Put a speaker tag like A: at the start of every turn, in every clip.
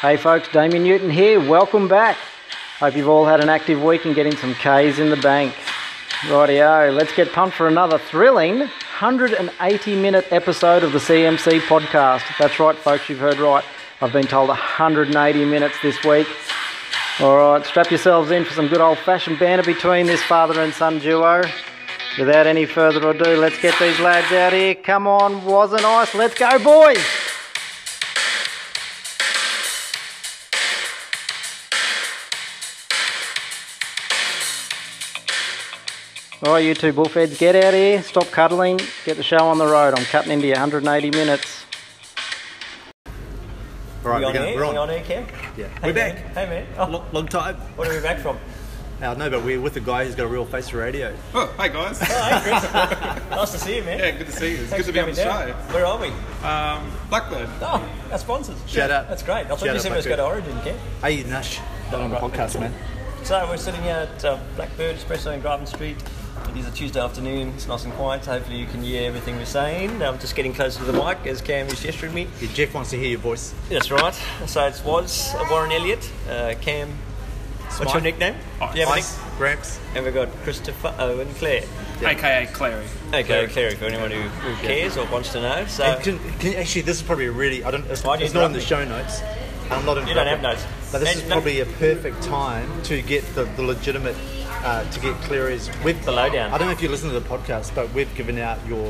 A: Hey folks, Damien Newton here. Welcome back. Hope you've all had an active week and getting some K's in the bank. Rightio, let's get pumped for another thrilling 180 minute episode of the CMC podcast. That's right, folks, you've heard right. I've been told 180 minutes this week. All right, strap yourselves in for some good old fashioned banter between this father and son duo. Without any further ado, let's get these lads out here. Come on, wasn't ice. Let's go, boys. All right, you two bullfeds, get out here. Stop cuddling. Get the show on the road. I'm cutting into your 180 minutes.
B: All right,
C: We
B: we're,
C: on
B: gonna,
C: air?
B: we're on.
C: We on air, Cam?
B: Yeah,
C: Hey,
B: we're
C: man.
B: back.
C: Hey, man. Oh,
B: Long, long time.
C: what are we back from?
B: Uh, no, but we're with a guy who's got a real face for radio.
D: Oh, hey guys.
C: Hey, Chris. nice to see you, man.
D: Yeah, good to see you. It's
C: Thanks
D: good to
C: for
D: be on the
C: coming down.
D: show.
C: Where are we?
D: Um, Blackbird.
C: Oh, our sponsors.
B: Shout out.
C: That's great. I thought
B: Shout
C: you
B: out
C: said we was going
B: Blackbird.
C: to Origin, Cam.
B: Hey, Nash. Not on the podcast, man.
C: So we're sitting here at uh, Blackbird Espresso in Graven Street. It is a Tuesday afternoon. It's nice and quiet. So hopefully you can hear everything we're saying. I'm just getting closer to the mic as Cam is gesturing me.
B: Yeah, Jeff wants to hear your voice.
C: That's right. So it was Warren Elliott, uh, Cam. What's your
B: Smythe.
C: nickname? Do you have a
B: Ice, Gramps.
C: nick- And we've got Christopher Owen Clare.
D: AKA Clary.
C: Okay, Clary, for anyone who, who cares or wants to know. So
B: And can, can, actually, this is probably really. I don't. It's,
C: Why do you
B: it's not in the
C: interrupt
B: show notes. I'm not.
C: You don't have
B: interrupting.
C: notes.
B: But this
C: And
B: is
C: no-
B: probably a perfect time to get the, the legitimate. Uh, to get Clary's with
C: The lowdown.
B: I don't know if you listen to the podcast, but we've given out your.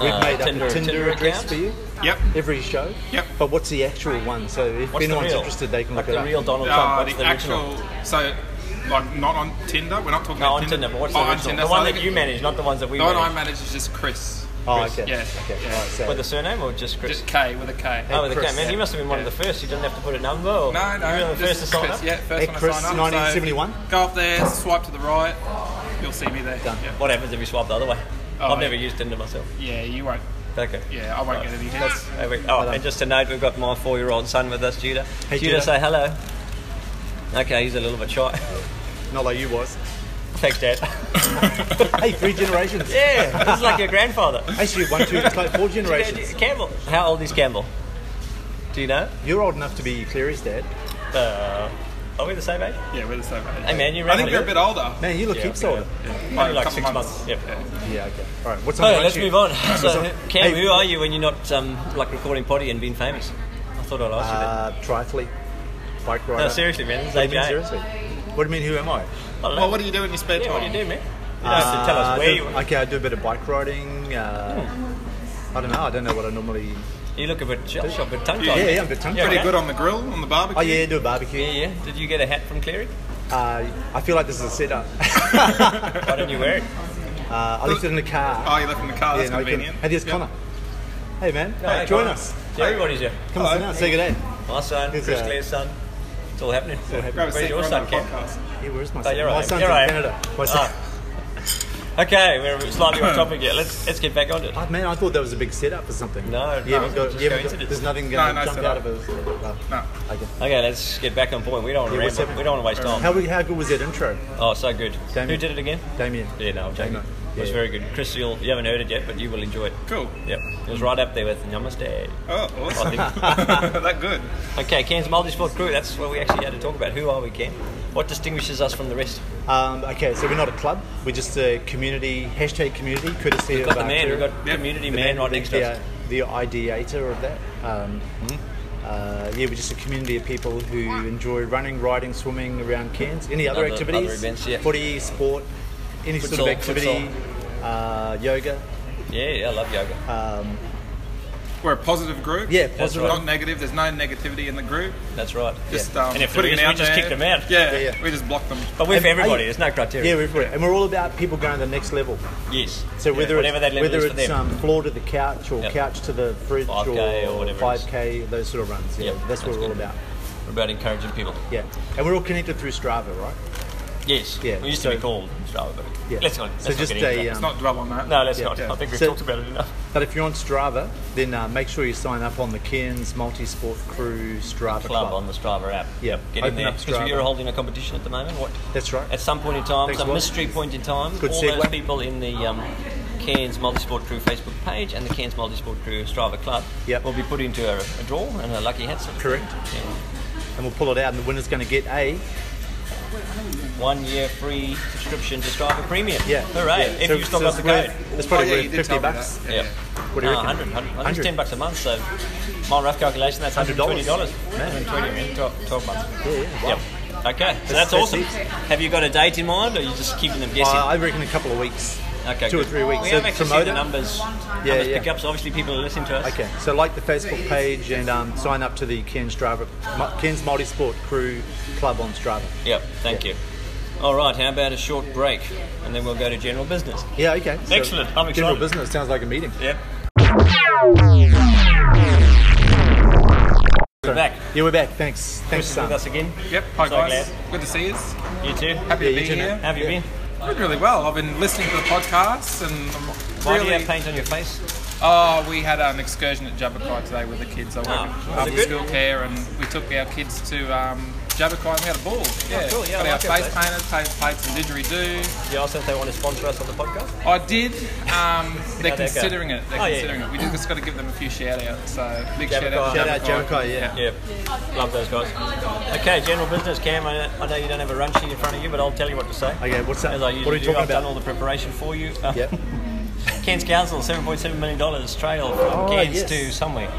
B: We've
C: Uh,
B: made up
C: Tinder-
B: a Tinder,
C: Tinder
B: address
C: account?
B: for you
D: Yep.
B: every show.
D: Yep.
B: But what's the actual one? So if
C: What's the
B: anyone's
C: real?
B: interested, they can
C: like
B: look it
C: the
B: up.
C: real Donald Trump.
D: Uh,
C: what's
D: the,
C: the original?
D: actual. So, like, not on Tinder. We're not talking
C: No,
D: about
C: on Tinder, but what's the
D: Oh,
C: original?
D: on Tinder.
C: the
D: So
C: one
D: I think
C: that you
D: it-
C: manage, not the ones that we
D: The one I
C: manage.
D: manage is just Chris.
B: Oh,
D: Chris,
B: okay.
D: Yeah.
B: Okay.
D: yeah.
B: all right, so-
C: With the surname or just Chris?
D: Just K with a K.
C: oh, with
B: Chris.
C: the man, you must have been one of the first. You didn't have to put a number. Or
D: No, no.
C: You were the
D: just
C: first to sign
D: Chris.
C: up.
D: Yeah, first
B: Hey,
D: one
B: Chris,
D: to sign up.
B: 1971.
D: So, go up there, swipe to the right. You'll see me there.
B: Done.
D: Yeah.
C: What happens if you swipe the other way?
D: Oh,
C: I've never
D: yeah.
C: used Tinder myself.
D: yeah, you won't.
C: Okay.
D: Yeah, I won't get any hits.
C: There we- Oh, and just to note, we've got my four-year-old son with us, Judah.
B: Hey,
C: Judah,
B: Judah.
C: say hello. Okay, he's a little bit shy.
B: Not like you was.
C: Thanks, Dad.
B: Hey, three generations.
C: yeah, this is like your grandfather.
B: Actually, one, two, it's like four generations.
C: Campbell. How old is Campbell? Do you know?
B: You're old enough to be Clary's dad.
C: Uh, are we the same age?
D: Yeah, we're the same age.
C: Hey man, you
D: I think
C: remember-
D: we're a bit older.
B: Man, you look
C: Yeah,
B: heaps
C: yeah.
B: older.
D: Yeah.
C: Only
D: a
C: like
D: couple
C: six months. Yep.
B: Yeah, okay. All right, what's on
C: Okay,
B: the
C: let's
B: lunch
C: move
B: you-
C: on. So,
B: on.
C: Cam,
B: Hey.
C: who are you when you're not um, like recording potty and being famous? I thought I'd ask you
B: Uh, triathlete, bike rider.
C: that. No, seriously, man, this is
B: I mean,
C: ABA.
B: seriously. What do you mean, who am I?
D: Well, what do you do in your spare
C: yeah,
D: time?
C: what do you do, man? You don't have to tell
B: Uh,
C: us where
B: do-
C: you are.
B: Okay, I do a bit of bike riding. Uh, I don't know. I don't know what I normally.
C: You look a bit shell shocked, Hmm. a bit tongue
B: Yeah,
C: tied.
B: yeah, I'm a bit tongue-tied.
C: Yeah,
D: Pretty
C: okay.
D: good on the grill, on the barbecue.
B: Oh yeah, do a barbecue.
C: Yeah, yeah. Did you get a hat from Cleary?
B: Uh, I feel like this is a setup.
C: Why didn't you wear it?
B: Uh, I left it in the car.
D: Oh, you left in the car. That's
B: no, you can-
D: convenient.
B: Hey, there's
D: Yep.
B: Connor. Hey man,
C: Hey,
B: join
C: Connor.
B: us.
C: Yeah, everybody's here.
B: Come on, sit down. Say uh, good day.
C: My son,
B: Here's
C: Chris
B: a-
C: Clare's son. It's all happening.
D: Grab a
C: Where's
D: seat.
C: your
D: We're on
C: son,
D: the
C: Cam?
D: podcast.
B: Yeah, where's my
C: Oh,
B: son?
C: you're
B: My
C: right.
B: son's
C: You're
B: in
C: right. Ah.
B: Canada. My son.
C: Okay, we're slightly off topic here. Let's let's get back on it.
B: Oh, man, I thought that was a big setup for something.
C: No,
B: you haven't
C: no,
B: got,
C: just
B: you haven't got-
C: coincidence.
B: there's nothing going
D: No,
B: to
D: no
B: jump out
D: setup.
B: of it. Oh,
D: No.
B: okay.
C: Okay, let's get back on point. We don't
B: Yeah,
C: want
B: what's
C: to ramble.
B: happening?
C: We don't want to waste time.
B: How, we- how good was that intro,
C: Oh, so good.
B: Damien.
C: Who did it again?
B: Damien?
C: Yeah, no, I'm joking.
B: Damien.
C: It was
B: Yeah.
C: very good. Chris, you'll, you haven't heard it yet, but you will enjoy it.
D: Cool.
C: Yep. It was right up there with Namaste.
D: Oh, awesome.
C: I
D: that good.
C: Okay, Cairns Multisport Crew, that's what we actually had to talk about. Who are we, Cairn? What distinguishes us from the rest?
B: Um, okay, so we're not a club. We're just a community, hashtag community, courtesy
C: We've got
B: of
C: the
B: uh,
C: man, we've got
B: Kira,
D: Yeah.
C: community
B: the
C: man right
B: the-
C: next to us. Mm-hmm.
B: The, uh, the ideator of that. Um, uh, yeah, we're just a community of people who enjoy running, riding, swimming around Cairns. Any other
C: Other-
B: activities?
C: other events, yeah.
B: Footy, sport, any sort
C: Futsal,
B: of activity, uh, yoga.
C: Yeah, yeah, I love yoga.
B: Um,
D: We're a positive group.
B: Yeah,
D: It's
C: positive.
D: Not negative. There's no negativity in the group.
C: That's right.
D: Just
B: Yeah.
D: um,
C: And if there
D: putting
C: is,
D: it
C: we
D: out
C: just
D: there.
C: kick them out.
D: Yeah,
B: Yeah, yeah.
D: We just block them.
C: But we're for
B: And-
C: everybody,
B: I-
C: there's no criteria.
B: yeah, we're for it. And we're all about people going to the next level.
C: Yes.
B: So
C: Yeah,
B: whether
C: whatever that
B: it's,
C: level
B: whether
C: is for
B: it's
C: them.
B: um, floor to the couch or
C: Yep.
B: couch to the fridge
C: 5K or whatever it is.
B: 5k, those sort of runs. Yeah,
C: Yep,
B: that's what
C: that's
B: we're all
C: good.
B: about.
C: We're about encouraging people.
B: Yeah, and we're all connected through Strava, right?
C: Yes.
B: Yeah,
C: We used to
B: so-
C: be called Strava, but
B: Yeah.
C: let's not. Let's
B: So
C: not
B: just
C: get into
B: a,
C: that.
B: um,
D: Let's not dwell on that.
C: No, let's
B: yeah,
C: not.
D: yeah.
C: I think we've
B: So-
C: talked about it enough.
B: But if you're on Strava, then uh, make sure you sign up on the Cairns Multisport Crew Strava
C: Club
B: Club.
C: on the Strava app.
B: Yeah,
C: Get
B: open
C: in there
B: up
C: because
B: Strava.
C: you're holding a competition at the moment. What?
B: That's right.
C: At some point in time,
B: Thanks,
C: some
B: Will.
C: mystery point in time,
B: Good
C: all
B: segue.
C: those people in the um, Cairns Multisport Crew Facebook page and the Cairns Multisport Crew Strava Club
B: Yep.
C: will be put into a, a draw and a lucky hat. sort of
B: Correct.
C: thing. Yeah.
B: and we'll pull it out, and the winner's going to get a
C: One year free subscription to Strava Premium.
B: yeah.
C: Hooray!
B: yeah.
C: If
B: So-
C: you've still
B: so
C: got
B: it's
C: the
B: worth-
C: code.
B: it's probably
D: Oh, yeah, you
B: worth
D: did tell
B: fifty
D: me that.
B: bucks.
D: Yeah.
C: Yeah.
B: What do you
C: Ah,
B: reckon?
C: 100, 100,
B: 100.
C: It's 10 bucks a month, so my rough calculation, that's $120.
B: $100.
C: 120 in 12, 12 months.
B: Yeah, yeah. Wow.
C: Yep. Okay, so
B: That's-
C: that's,
B: that's
C: awesome.
B: easy.
C: Have you got a date in mind, or are you just keeping them guessing?
B: Uh, I reckon a couple of weeks.
C: okay,
B: two or
C: good.
B: three weeks.
C: We
B: So
C: haven't actually seen
B: promote
C: the
B: it.
C: numbers,
B: Yeah,
C: numbers
B: yeah.
C: pickups. Obviously, people are listening to us.
B: Okay, so like the Facebook page and um, sign up to the Cairns Strava, Mu- Cairns Multisport Crew Club on Strava.
C: Yep, thank you. All right, how about a short break, and then we'll go to general business.
B: Yeah, okay. So
C: Excellent, I'm
B: General
C: excited.
B: business sounds like a meeting.
C: Yep. We're back.
B: Yeah, we're back. Thanks. Thanks, um,
C: Chris is
B: Sam.
C: with us again.
D: Yep. Hi
C: So
D: guys. Good to see you.
C: glad. You too.
D: Happy
B: Yeah,
D: to
B: you
D: be
B: too, mate.
D: here.
C: How have you
B: Yeah.
C: been?
D: I'm doing really well. I've been listening to the podcasts and
C: Why
D: I'm
C: do you have
D: really.
C: paint on your face?
D: Oh, we had an excursion at Jabberkai today with the kids. I work
C: Ah, was
D: after
C: it good?
D: school care, and we took our kids to um, Jabberkai and we had a ball. Yeah,
C: Oh, cool.
D: got
C: Yeah, I like
D: our
C: that
D: face painted, played, played some didgeridoo.
C: You asked them if they want to sponsor us on the podcast.
D: I did. Um, they're
C: go?
D: considering it. They're
C: Oh, yeah,
D: considering it. We just got to give them a few shout outs. So big
C: Jabberkai.
D: shout out to
B: Shout out Jericho, yeah.
C: Yeah, love those guys. Okay, general business, Cam. I, I know you don't have a run sheet in front of you, but I'll tell you what to say.
B: Okay, what's that?
C: As I
B: What are
C: usually
B: we
C: do,
B: talking
C: I've
B: about?
C: done all the preparation for you. Uh,
B: Yeah.
C: Cairns Council, seven point seven million dollars trail from
B: Oh,
C: Cairns
B: yes.
C: to somewhere.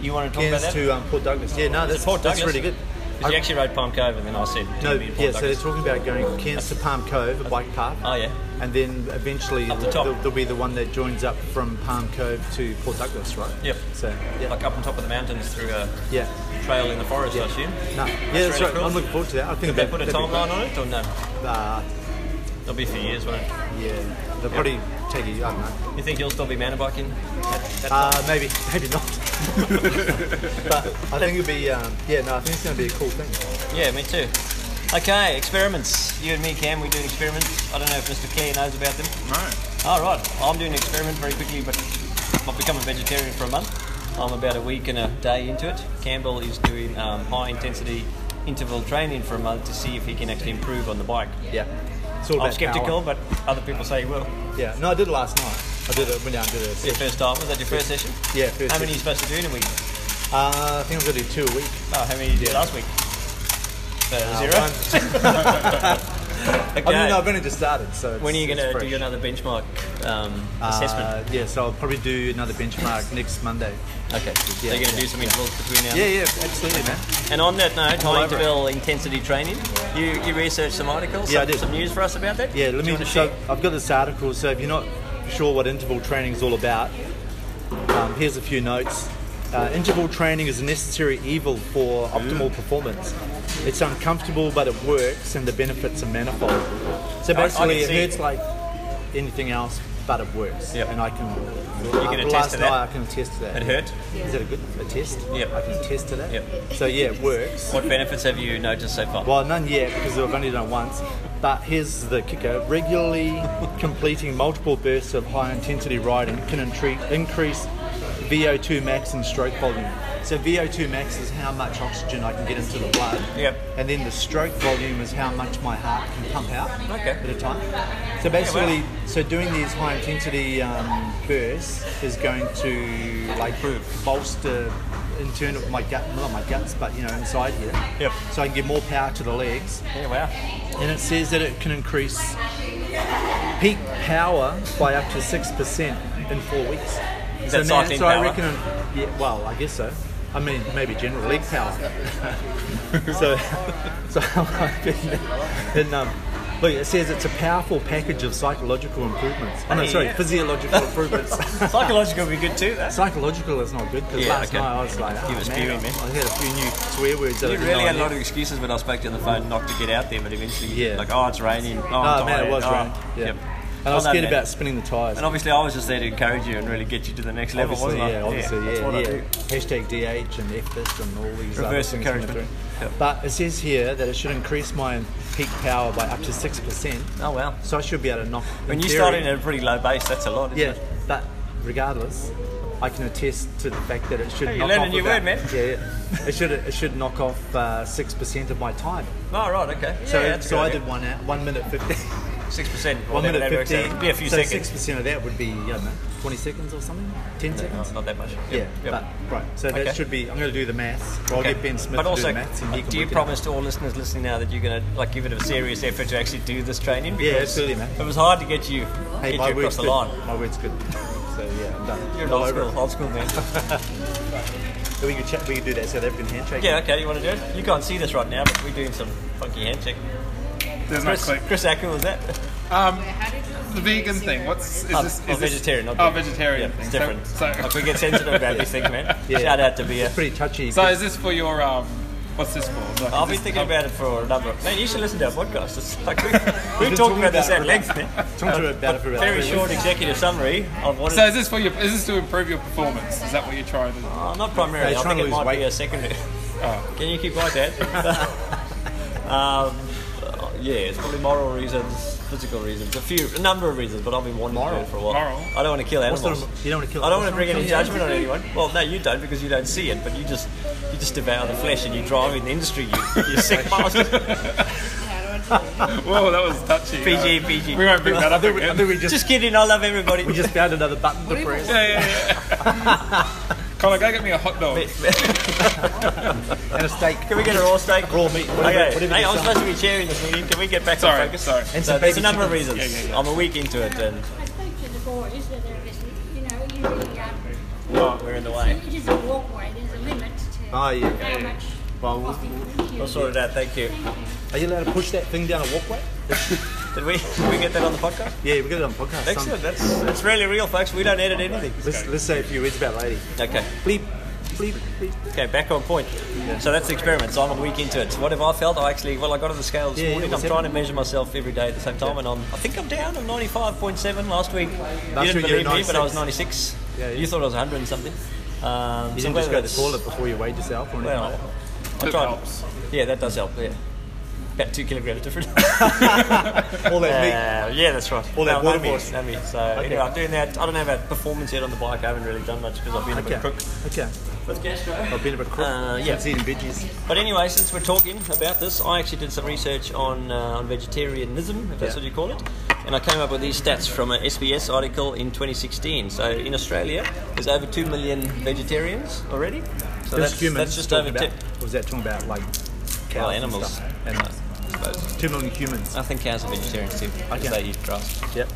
C: You want to talk
B: Cairns
C: about that?
B: to um, Port Douglas. Yeah, no, that's,
C: Port
B: that's
C: Douglas?
B: really good.
C: Because you actually rode Palm Cove, and then I said, "Do
B: No,
C: you mean Port
B: yeah, so they're
C: Douglas?"
B: talking about going Cairns to Palm Cove, a bike path.
C: Oh yeah,
B: And then eventually
C: Up the top.
B: there'll, there'll be the one that joins up from Palm Cove to Port Douglas, right?
C: Yep.
B: So, yeah.
C: like up on top of the mountains through a
B: yeah.
C: trail in the forest, I assume.
B: No. Yeah, that's,
C: really
B: right.
C: cool.
B: I'm looking forward to that. I think
C: They
B: that-
C: put a
B: that'd be-
C: timeline on it, or no?
B: Uh,
C: It'll be for years, won't it?
B: yeah, they'll probably take a, I don't know,
C: You think you'll still be mountain biking? That, that
B: Uh, maybe, maybe not. but I think it'd be, um, yeah, no, I think it's going to be a cool thing.
C: Yeah, me too. Okay, experiments. You and me, Cam, we do an experiment. I don't know if Mr. Clare knows about them.
D: No.
C: All right, I'm doing an experiment very quickly, but I've become a vegetarian for a month. I'm about a week and a day into it. Campbell is doing um, high intensity interval training for a month to see if he can actually improve on the bike.
B: Yeah, it's all about
C: I'm skeptical,
B: power.
C: but other people say he will.
B: Yeah, no, I did it last night. I did it, went down and did it.
C: Your first time was that your first session?
B: Yeah, first
C: How many are you
B: session.
C: supposed to do in a week?
B: Uh, I think I'm going to do two a week.
C: Oh, how many did you do
B: Yeah.
C: last week? Uh,
B: one.
C: zero. okay.
B: I mean, no, I've only just started, so it's,
C: When are you going
B: it's
C: to do
B: fresh.
C: another benchmark um,
B: Uh,
C: assessment?
B: Yeah, so I'll probably do another benchmark next Monday.
C: Okay. So
B: yeah,
C: you're going to
B: yeah,
C: do some intervals between now.
B: Yeah, yeah, absolutely, man.
C: And on that note,
B: all
C: high
B: over it.
C: interval intensity training. You you researched some articles.
B: Yeah, I
C: some,
B: did.
C: Some news for us about that.
B: Yeah,
C: Do
B: let
C: you
B: me.
C: wanna
B: So
C: share?
B: I've got this article. So if you're not sure what interval training is all about, um, here's a few notes. Uh, interval training is a necessary evil for optimal
C: Mm.
B: performance. It's uncomfortable, but it works, and the benefits are manifold. So
C: I- I
B: basically,
C: can
B: it
C: see-
B: hurts like anything else, but it works.
C: Yep.
B: And I can. You
C: can attest
B: last
C: to that.
B: Night, I can attest to that.
C: It hurt?
B: Is that a good a test?
C: Yep.
B: I can attest to that.
C: Yep.
B: So yeah, it works.
C: What benefits have you noticed so far?
B: Well, none yet because I've only done it once. But here's the kicker: regularly completing multiple bursts of high-intensity riding can intre- increase VO2 max and stroke volume. So VO2 max is how much oxygen I can get into the blood.
C: Yep.
B: And then the stroke volume is how much my heart can pump out
C: Okay.
B: at a time. So basically, so doing these high-intensity um, bursts is going to like bolster internal my gut, not my guts, but you know inside here
C: Yep.
B: so I can get more power to the legs.
C: yeah, wow.
B: And it says that it can increase peak power by up to six percent in four weeks.
C: Is
B: so
C: that
B: now,
C: cycling
B: so I
C: power?
B: reckon, yeah. Well, I guess so. I mean, maybe general leg power. so, so I reckon that- and um, look, it says it's a powerful package of psychological improvements. Oh no, sorry,
C: Yeah.
B: physiological improvements.
C: Psychological would be good too. Though.
B: Psychological is not good because
C: Yeah,
B: last
C: okay.
B: night I was like, oh,
C: You were
B: man,
C: spewing, man.
B: I had a few new swear words. That I
C: You
B: didn't
C: really
B: know I
C: had a lot
B: knew.
C: of excuses when I spoke to you on the phone not to get out there, but eventually,
B: Yeah.
C: like, oh, it's raining. Oh,
B: Oh,
C: I'm
B: man,
C: tired.
B: it was
C: oh,
B: right. Yeah.
C: Yep.
B: And I was
C: Oh, no,
B: scared
C: man.
B: about spinning the tyres.
C: And obviously, I was just there to encourage you and really get you to the next level,
B: Obviously,
C: wasn't I?
B: yeah, obviously,
C: that's
B: yeah,
C: what I
B: yeah.
C: do.
B: Hashtag DH and F this and all
C: Reverse
B: these other things coming
C: encouragement.
B: through.
C: Yep.
B: But it says here that it should increase my peak power by up to 6%.
C: Oh wow.
B: So I should be able to knock.
C: When
B: in
C: you
B: theory-
C: started at a pretty low base, that's a lot, isn't
B: Yeah,
C: it?
B: but regardless, I can attest to the fact that it should
C: Hey, you
B: knock
C: learn a
B: off.
C: new
B: about-
C: word, man.
B: Yeah, yeah. It should, it should knock off uh, 6% of my time.
C: Oh, right, okay.
B: So,
C: Yeah, that's
B: so
C: good,
B: I
C: okay.
B: did one, hour, one minute 50.
C: Six percent.
B: One minute fifteen.
C: Yeah, a few
B: so
C: seconds.
B: six percent of that would be I don't know, twenty seconds or something. Ten
C: No,
B: seconds.
C: not that much. Yep.
B: Yeah,
C: Yep.
B: but- right. So
C: Okay.
B: that should be. I'm going to do the maths. Well, I'll
C: Okay.
B: get Ben Smith
C: but
B: to
C: also,
B: do the maths, and he can
C: do you
B: work it
C: promise to all listeners listening now that you're going to like give it a serious effort to actually do this training?
B: Yeah,
C: Because
B: absolutely, mate.
C: It was hard to get you,
B: out. Hey,
C: get
B: my
C: you across
B: word's
C: the
B: good.
C: line.
B: My word's good. So yeah, I'm done.
C: You're an
B: All
C: old
B: over
C: school, old school man.
B: it. So we could chat. We could do that South African handshake.
C: yeah, okay, you want to do it? You can't see this right now, but we're doing some funky handshake.
D: There's no
C: Chris,
D: click.
C: Chris Acker was that?
D: Um, the vegan thing. What's is
C: Oh,
D: this? Is
C: oh,
D: this-
C: vegetarian. Not
D: Oh,
C: vegan.
D: vegetarian
C: Yeah,
D: thing.
C: it's
D: So-
C: different.
D: So,
C: Like, we get sensitive about these things, man.
B: Yeah.
C: Shout out to beer.
B: It's pretty touchy.
D: so is this for your um? What's this for? Like,
C: I've
D: is
C: been
D: this-
C: thinking
D: um,
C: about it for a number. of- Man, you should listen to our podcast. It's like we, we've
B: been
C: talked about this at
B: talking
C: length.
B: about it
C: man.
B: Talked to it about it for about
C: Very
B: three
C: short executive summary of what.
D: So
C: it,
D: is this for your? Is this to improve your performance? Is that what you're trying to? do?
C: oh, not primarily.
B: Yeah,
C: I
B: trying
C: think
B: to
C: it
B: lose
C: might be
B: weight.
C: a secondary.
D: Oh.
C: Can you keep like that? um, uh, yeah, it's probably moral reasons, physical reasons, a few, a number of reasons, but I've been wanting to do it for a while.
D: Moral.
C: I don't want to kill
B: What's
C: animals.
B: the- you don't want to kill.
C: I don't want to
B: what's
C: bring
B: the-
C: any judgment on anyone. Well, no, you don't because you don't see it, but you just you just devour the flesh and you drive in the industry. You, you sick bastard.
D: Whoa, that was touchy.
C: PG,
D: Uh,
C: PG.
D: We won't bring that up again.
B: I think we just,
C: Just kidding. I love everybody.
B: we just found another button to press.
D: Yeah, yeah, yeah. Connor, go get me a hot dog.
B: and a steak.
C: Can we get a raw steak?
B: Raw meat, whatever-
C: okay.
B: whatever
C: hey,
B: you
C: I was
B: decide.
C: supposed to be chairing this meeting. Can we get back
D: Sorry,
C: to focus?
D: sorry.
B: And
C: So
B: some
C: there's a
B: baby
C: number of
B: chicken.
C: reasons.
D: Yeah, yeah, yeah.
C: I'm a week into it and
E: I spoke to the boys that there is, you know, you really, um,
C: we're in the way.
E: it is a walkway, there's a limit to
B: Oh, yeah.
E: how much
B: Well, we'll-
E: coffee you can
C: We'll
E: use.
C: sort it out. Thank you.
B: Are you allowed to push that thing down a walkway?
C: Did we did we get that on the podcast?
B: Yeah, we got it on podcast.
C: Excellent. That's that's really real, folks. We don't edit anything.
B: Let's, let's say a few words about lady.
C: Okay.
B: Bleep, bleep, bleep.
C: Okay, back on point. So that's the experiment. So I'm a week into it. So what have I felt? I actually, well, I got on the scale this
B: Yeah, yeah,
C: morning. I'm
B: what's
C: trying to measure myself every day at the same time, and I'm, I think I'm down. I'm 95.7 last week. you
B: Last
C: didn't
B: week you were
C: believe me, but I was
B: 96.
C: 96.
B: Yeah, yeah.
C: You thought I was 100 and something. Um,
B: You
C: so
B: didn't just
C: whether
B: go to the
C: it's-
B: toilet before you weighed yourself or anything
C: Well,
B: like that.
C: I
D: It
C: tried.
D: helps.
C: Yeah, that does help. Yeah, about two kilograms different.
B: All that
C: Uh, yeah, that's right.
B: All that water
C: no, meat,
B: voice.
C: no meat. So anyway, I'm doing that. I don't have a performance yet on the bike. I haven't really done much because I've been a
B: meat.
C: bit crook
B: Okay, okay.
C: with gastro.
B: I've been a bit crook
C: Uh, yeah.
B: since eating veggies.
C: But anyway, since we're talking about this, I actually did some research on, uh, on vegetarianism, if that's
B: Yeah.
C: what you call it, and I came up with these stats from an SBS article in 2016. So in Australia, there's over two million vegetarians already. So
B: That's
C: that's,
B: humans.
C: that's just over
B: talking
C: tip.
B: about, or was that talking about like cows
C: Well,
B: and
C: animals.
B: stuff? Animals. Two million humans.
C: I think cows are vegetarians too, because
B: Okay.
C: they eat grass.
B: Yep.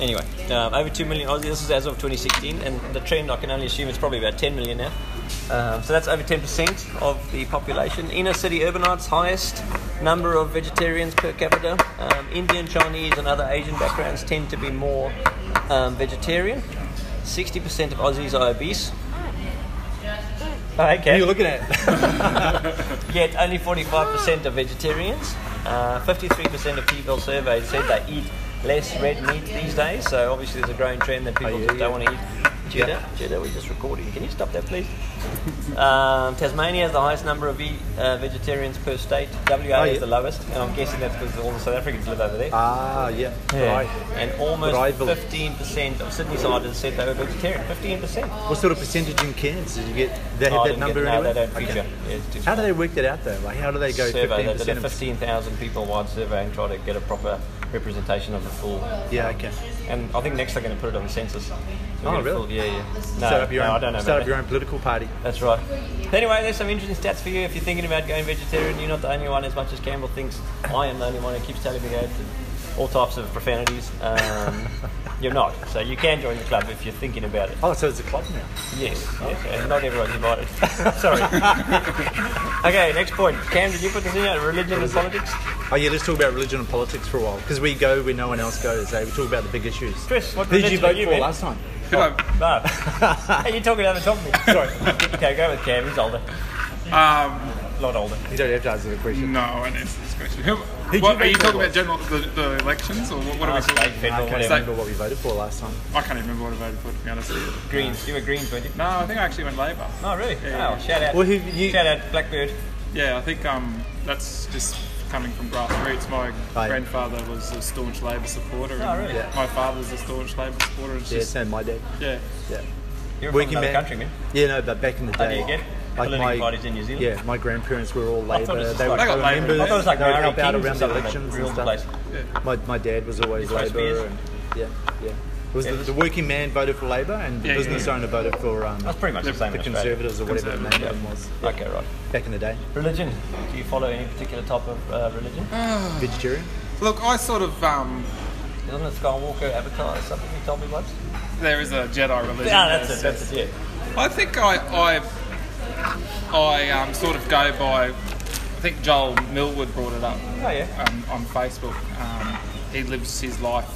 C: Anyway, um, over 2 million Aussies. This is as of 2016, and the trend I can only assume is probably about 10 million now. Um, so that's over 10% of the population. Inner city urbanites, highest number of vegetarians per capita. Um, Indian, Chinese, and other Asian backgrounds tend to be more um, vegetarian. 60% of Aussies are obese.
B: What are
C: Okay.
B: you looking at?
C: Yet only 45% are vegetarians. Uh, 53% of people surveyed said they eat less red meat these days. So obviously there's a growing trend that people
B: Oh, yeah,
C: just don't want to eat cheddar. Cheddar, we're just recording. Can you stop that, please? um, Tasmania has the highest number of ve- uh, vegetarians per state. WA
B: Oh,
C: is
B: yeah.
C: the lowest, and I'm guessing that's because all the South Africans live over there.
B: ah, yeah. Right.
C: And almost
B: Rival.
C: 15% of Sydney siders said they were vegetarian. 15%.
B: What sort of percentage in Cairns did you get? They
C: Oh,
B: have
C: I
B: that
C: didn't get-
B: number
C: no,
B: anyway.
C: they don't
B: Okay.
C: feature. Yeah, it's too
B: How do they work that out though? Like, how do they go
C: survey.
B: fifteen
C: They did
B: percent?
C: a 15,000 people wide survey and try to get a proper representation of the full.
B: Yeah, okay.
C: And I think next they're going to put it on the census. So we
B: Oh,
C: get a
B: really?
C: full- yeah, yeah. No,
B: start up your
C: no,
B: own.
C: I don't know.
B: start
C: about
B: up your
C: that.
B: own political party.
C: That's right. But anyway, there's some interesting stats for you if you're thinking about going vegetarian. You're not the only one, as much as Campbell thinks I am the only one who keeps telling me that. and All types of profanities. Um, you're not. So you can join the club if you're thinking about it.
B: Oh, so it's a club now.
C: Yes, yes, and not everyone's invited. Sorry. okay, next point. Cam, did you put this in out? Religion and politics?
B: Oh yeah, let's talk about religion and politics for a while because we go where no one else goes. Eh? We talk about the big issues.
C: Chris, what
B: Who did
C: religion
B: you vote
C: are you
B: for
C: in?
B: last time?
D: Could I-
C: No. hey, you're talking over top of me. Sorry. okay, go with Cam. He's older.
D: um,
C: A lot older.
B: You don't have to answer the question.
D: no, I didn't answer this question.
B: Who'd
D: what,
B: you
D: are you
B: vote
D: talking
B: for?
D: about general the, the elections or what, what are
C: Uh,
D: we
C: state,
D: talking
B: I
C: federal,
B: can't
C: whatever.
B: remember what we voted for last time.
D: I can't even remember what I voted for, to be honest.
C: Greens. You were Greens, weren't you?
D: No, I think I actually went Labour.
C: Oh, really?
D: Yeah.
C: Oh, shout out.
B: Well, who- you-
C: Shout out Blackbird.
D: Yeah, I think um, that's just coming from grassroots. My
B: Right.
D: grandfather was a staunch Labour supporter.
C: Oh,
D: and
C: really? Yeah.
D: My father's a staunch Labour supporter. and It's
B: Yeah,
D: just,
B: same. My dad.
D: yeah.
B: Yeah.
C: You're from
B: Working
C: another
B: man.
C: country, man.
B: Yeah, no, but back in the
C: How do you
B: day.
C: get?
B: Like
C: Political parties in New Zealand?
B: Yeah, my grandparents were all
C: I thought it was
B: Labor.
C: just
B: They were
C: like- I got
B: co
C: Labor.
B: members.
C: I thought it was like
B: they would
C: Maori
B: help out
C: Kings or
B: around the
C: something, like
B: elections
C: real
B: and stuff.
C: place.
B: My, my dad was always
C: Just raise
B: Labor.
C: beers.
B: And, yeah, yeah. It was
C: Yeah,
B: the,
C: just-
B: the working man voted for Labor and the
D: Yeah, yeah,
B: business
D: yeah.
B: owner voted for um,
C: That's pretty much the same
B: the
C: in Australia.
B: Conservatives or whatever the name of
C: Conservative,
B: them was
C: yeah. Okay, right.
B: back in the day.
C: Religion. Do you follow any particular type of uh, religion?
B: Vegetarian?
D: Look, I sort of um,
C: Isn't it Skywalker Avatar or something you told me once?
D: there is a Jedi religion.
C: Yeah, that's
D: There's-
C: it. That's it. Yeah.
D: I think I I, I um, sort of go by. I think Joel Millwood brought it up
C: Oh yeah.
D: um, on Facebook. Um, he lives his life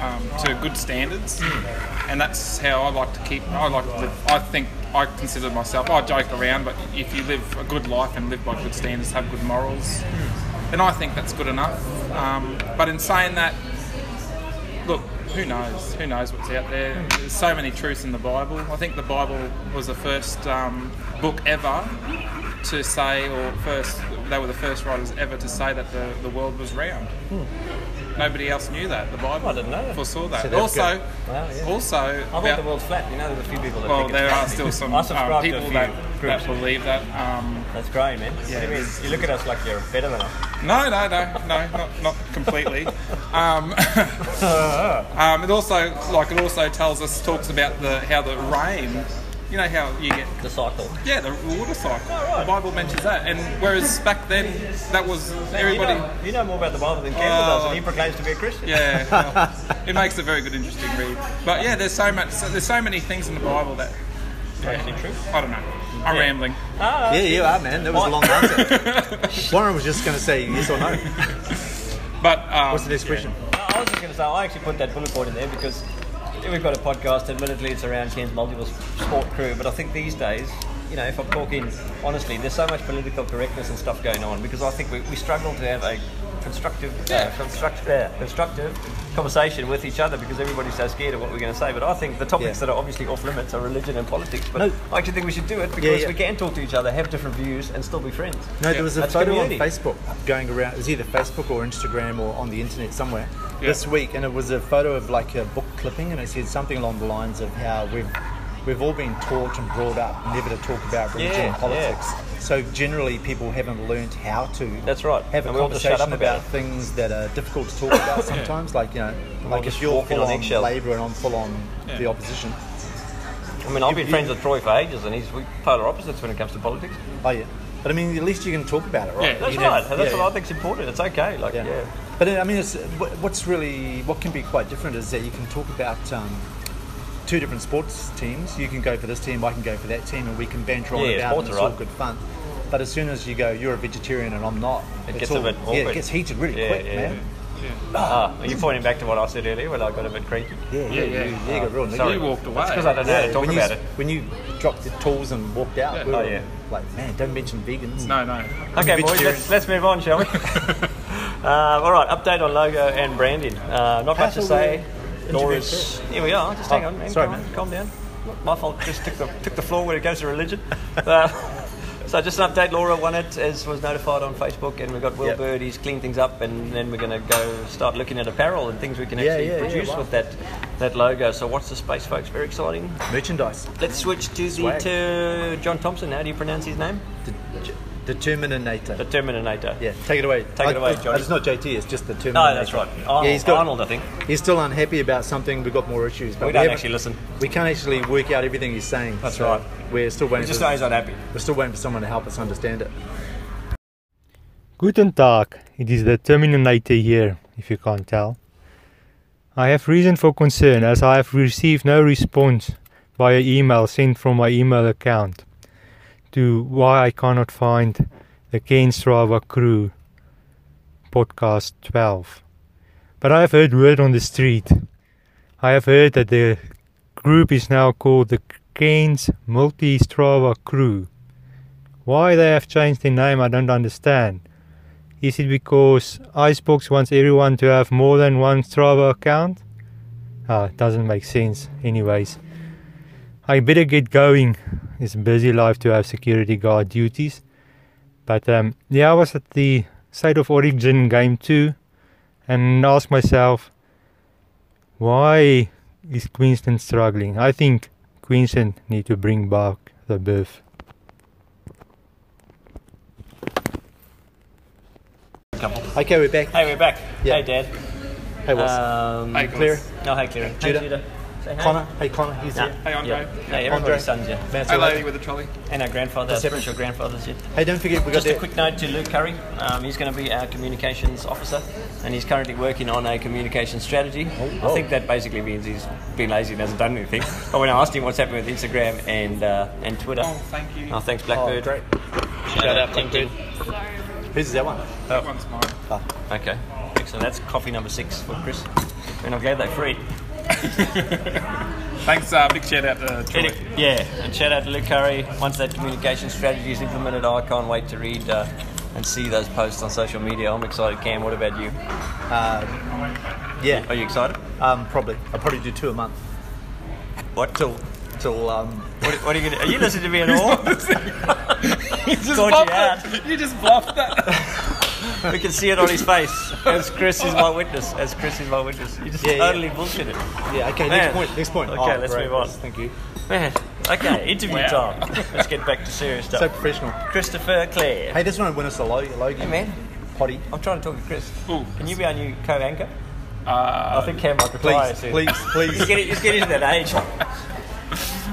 D: um, to good standards,
C: Hmm.
D: and that's how I like to keep. I like to live. I think I consider myself. I joke around, but if you live a good life and live by good standards, have good morals,
C: Hmm.
D: then I think that's good enough. Um, but in saying that, look, who knows? Who knows what's out there? There's so many truths in the Bible. I think the Bible was the first um, book ever to say, or first, they were the first writers ever to say that the, the world was round. Nobody else knew that. The Bible
C: Hmm. I didn't know that.
D: foresaw that.
B: that's
D: also,
C: good. Wow, yeah.
D: also,
C: I thought
D: about-
C: the world's flat. You know, there's a few people that
D: well,
C: think it's
D: there
C: flat.
D: are still some
C: I
D: um,
C: subscribe to a
D: people
C: few
D: that,
C: groups.
D: that believe that. Um,
C: That's great, man.
D: Yeah,
C: you, mean,
D: it's-
C: you look at us like you're better than us.
D: No, no, no, no, not, not completely. Um, um, it also, like, it also tells us, talks about the how the rain, you know, how you get,
C: The cycle. Oh,
D: yeah, the water cycle. The Bible mentions that, and whereas back then that was everybody, Oh.
C: You know, you know more about the Bible than Campbell does, and he proclaims to be a Christian.
D: yeah, well, it makes a very good, interesting read. But yeah, there's so much, so there's so many things in the Bible that
C: Actually true.
D: I don't know. I'm rambling.
C: Ah,
B: Yeah, you are, man. That was a long answer. Warren was just going to say yes or no.
D: But um,
B: What's the next question?
C: No, I was just going to say, I actually put that bullet point in there because we've got a podcast. Admittedly, it's around Ken's multiple sport crew, but I think these days, you know, if I'm talking honestly, there's so much political correctness and stuff going on because I think we, we struggle to have a constructive, uh, construct, uh, constructive conversation with each other because everybody's so scared of what we're going to say. But I think the topics
B: Yeah.
C: that are obviously off limits are religion and politics. But
B: No.
C: I actually think we should do it because
B: yeah.
C: we can talk to each other, have different views, and still be friends.
B: No, there was a
C: That's
B: photo on
C: community.
B: Facebook going around. It was either Facebook or Instagram or on the internet somewhere
D: Yeah.
B: this week, and it was a photo of like a book clipping, and it said something along the lines of how we've we've all been taught and brought up never to talk about religion
C: Yeah,
B: and politics. So generally, people haven't learnt how to.
C: That's right.
B: Have a
C: And we all just shut
B: conversation
C: up
B: about,
C: about it.
B: things that are difficult to talk about sometimes, like you know, like
C: just
B: if you're
C: walking
B: full
C: on
B: on,
C: eggshell.
B: Labour and I'm full on the opposition.
C: I mean, I've been friends with Troy for ages, and he's we polar opposites when it comes to politics.
B: Oh yeah, but I mean, at least you can talk about it, right?
D: Yeah.
C: That's
B: You
C: right.
B: have-
C: and that's
B: yeah,
C: what I think's important. It's okay. Like, yeah.
B: Yeah. But I mean, it's, what- what's really what can be quite different is that you can talk about um, two different sports teams. You can go for this team, I can go for that team, and we can banter on
C: Yeah,
B: about it.
C: sports
B: and It's
C: are
B: all
C: right.
B: good fun. But as soon as you go, you're a vegetarian and I'm not.
C: It
B: it's
C: gets a
B: all,
C: bit
B: Yeah,
C: awkward.
B: it gets heated really
C: Yeah,
B: quick,
C: yeah,
B: man.
C: Ah, are you pointing back to what I said earlier when I got a bit creaky?
B: Yeah, yeah,
D: Yeah, yeah.
B: You,
C: Ah,
B: you got
D: Sorry.
B: real negative.
D: You walked away.
C: That's because I don't know how to talk
B: when
C: about
B: you,
C: it.
B: When you dropped the tools and walked out,
D: Yeah.
B: we were
C: Oh, yeah.
B: like, man, don't mention vegans.
D: no, no.
C: Okay, boys,
B: vegetarian.
C: let's, let's move on, shall we? uh, all right, update on logo and branding. Uh, not much to say.
B: Hathaway
C: Nor
B: interviewed
C: is here we are. Just hang
B: Oh,
C: on, man.
B: sorry,
C: Come on,
B: man.
C: calm down. My fault. Just took the took the floor when it goes to religion. Uh, so just an update. Laura won it, as was notified on Facebook, and we've got Will
B: Yep.
C: Bird. He's cleaned things up, and then we're going to go start looking at apparel and things we can
B: Yeah,
C: actually
B: yeah, yeah,
C: produce
B: wow.
C: with that that logo. So what's the space, folks? Very exciting.
B: Merchandise.
C: Let's switch to the
B: Swag.
C: to John Thompson. How do you pronounce his name?
B: The, the Terminator.
C: The Terminator.
B: Yeah, take it away.
C: Take it away, Johnny.
B: It's not JT, it's just the Terminator.
C: No, that's right. Arnold,
B: yeah, he's got,
C: Arnold, I think.
B: He's still unhappy about something. We've got more issues. But
C: We don't
B: haven't-
C: actually listen.
B: We can't actually work out everything he's saying.
C: That's
B: so
C: right.
B: We're still waiting.
C: Just
B: for,
C: know he's unhappy.
B: we're still waiting for someone to help us understand it.
F: Guten Tag, it is the Terminator here, if you can't tell. I have reason for concern as I have received no response via email sent from my email account to why I cannot find the Ken Strava crew podcast 12. But I have heard word on the street. I have heard that the group is now called the Cairns Multi Strava crew. Why they have changed the name, I don't understand. Is it because Icebox wants everyone to have more than one Strava account? Ah, it doesn't make sense. Anyways, I better get going. It's a busy life to have security guard duties. But um, yeah, I was at the site of origin game two, and asked myself, why is Queensland struggling? I think Queensland need to bring back the birth.
C: couple.
B: Okay, we're back.
C: Hey, we're back.
B: Yeah.
C: Hey, Dad.
B: Hey, Wes.
C: Um,
D: Hey,
B: Clear.
D: guys.
C: no, hey, Cleary.
B: Judah.
C: Hey, Judah. Say hey.
B: Connor. Hey, Connor. He's
C: Nah.
B: here.
D: Hey, Andre.
C: Yeah. Hey, everybody's sons, yeah.
B: Matt's
D: Hey,
B: all
D: lady
B: right.
D: with the trolley.
C: And our grandfather, spiritual grandfathers, yeah.
B: Hey, don't forget we got
C: Just a
B: that.
C: quick note to Luke Curry. Um, he's going to be our communications officer, and he's currently working on a communication strategy.
B: Oh,
C: I think that basically means he's been lazy and hasn't done anything. but when I asked him what's happened with Instagram and uh, and Twitter,
D: Oh, thank you.
C: oh, thanks
B: Oh,
C: Blackbird.
B: great.
C: Shout out LinkedIn.
B: Who's that one?
D: That one's mine.
C: Oh, Okay, excellent. That's coffee number six for Chris, and I'm glad they're free.
D: Thanks. Uh, big shout out to Troy.
C: Yeah, and shout out to Luke Curry. Once that communication strategy is implemented, I can't wait to read uh, and see those posts on social media. I'm excited, Cam. What about you?
B: Uh, Yeah.
C: Are you excited?
B: Um, probably. I'll probably do two a month
C: What till?
B: till um.
C: What, what are you gonna? Are you listening to me at all?
D: You just
C: Called you
D: bluffed it. You just bluffed that.
C: we can see it on his face. As Chris is my witness. As Chris is my witness. You just
B: Yeah, yeah.
C: totally bullshitted.
B: Yeah. Okay.
C: Man.
B: Next point. Next point. Oh,
C: Okay, let's
B: great,
C: move on.
B: Wes, Thank you.
C: Man. Okay, interview
D: Wow.
C: time. Let's get back to serious
B: So
C: stuff.
B: professional.
C: Christopher Clare.
B: Hey, this one win us a log- Logie.
C: Hey, man.
B: Potty.
C: I'm trying to talk to Chris.
D: Ooh.
C: Can you be our new co-anchor?
D: Uh,
C: I think Cam might retire
B: Please,
C: soon.
B: please,
C: Just
B: please.
C: get, just get into that age.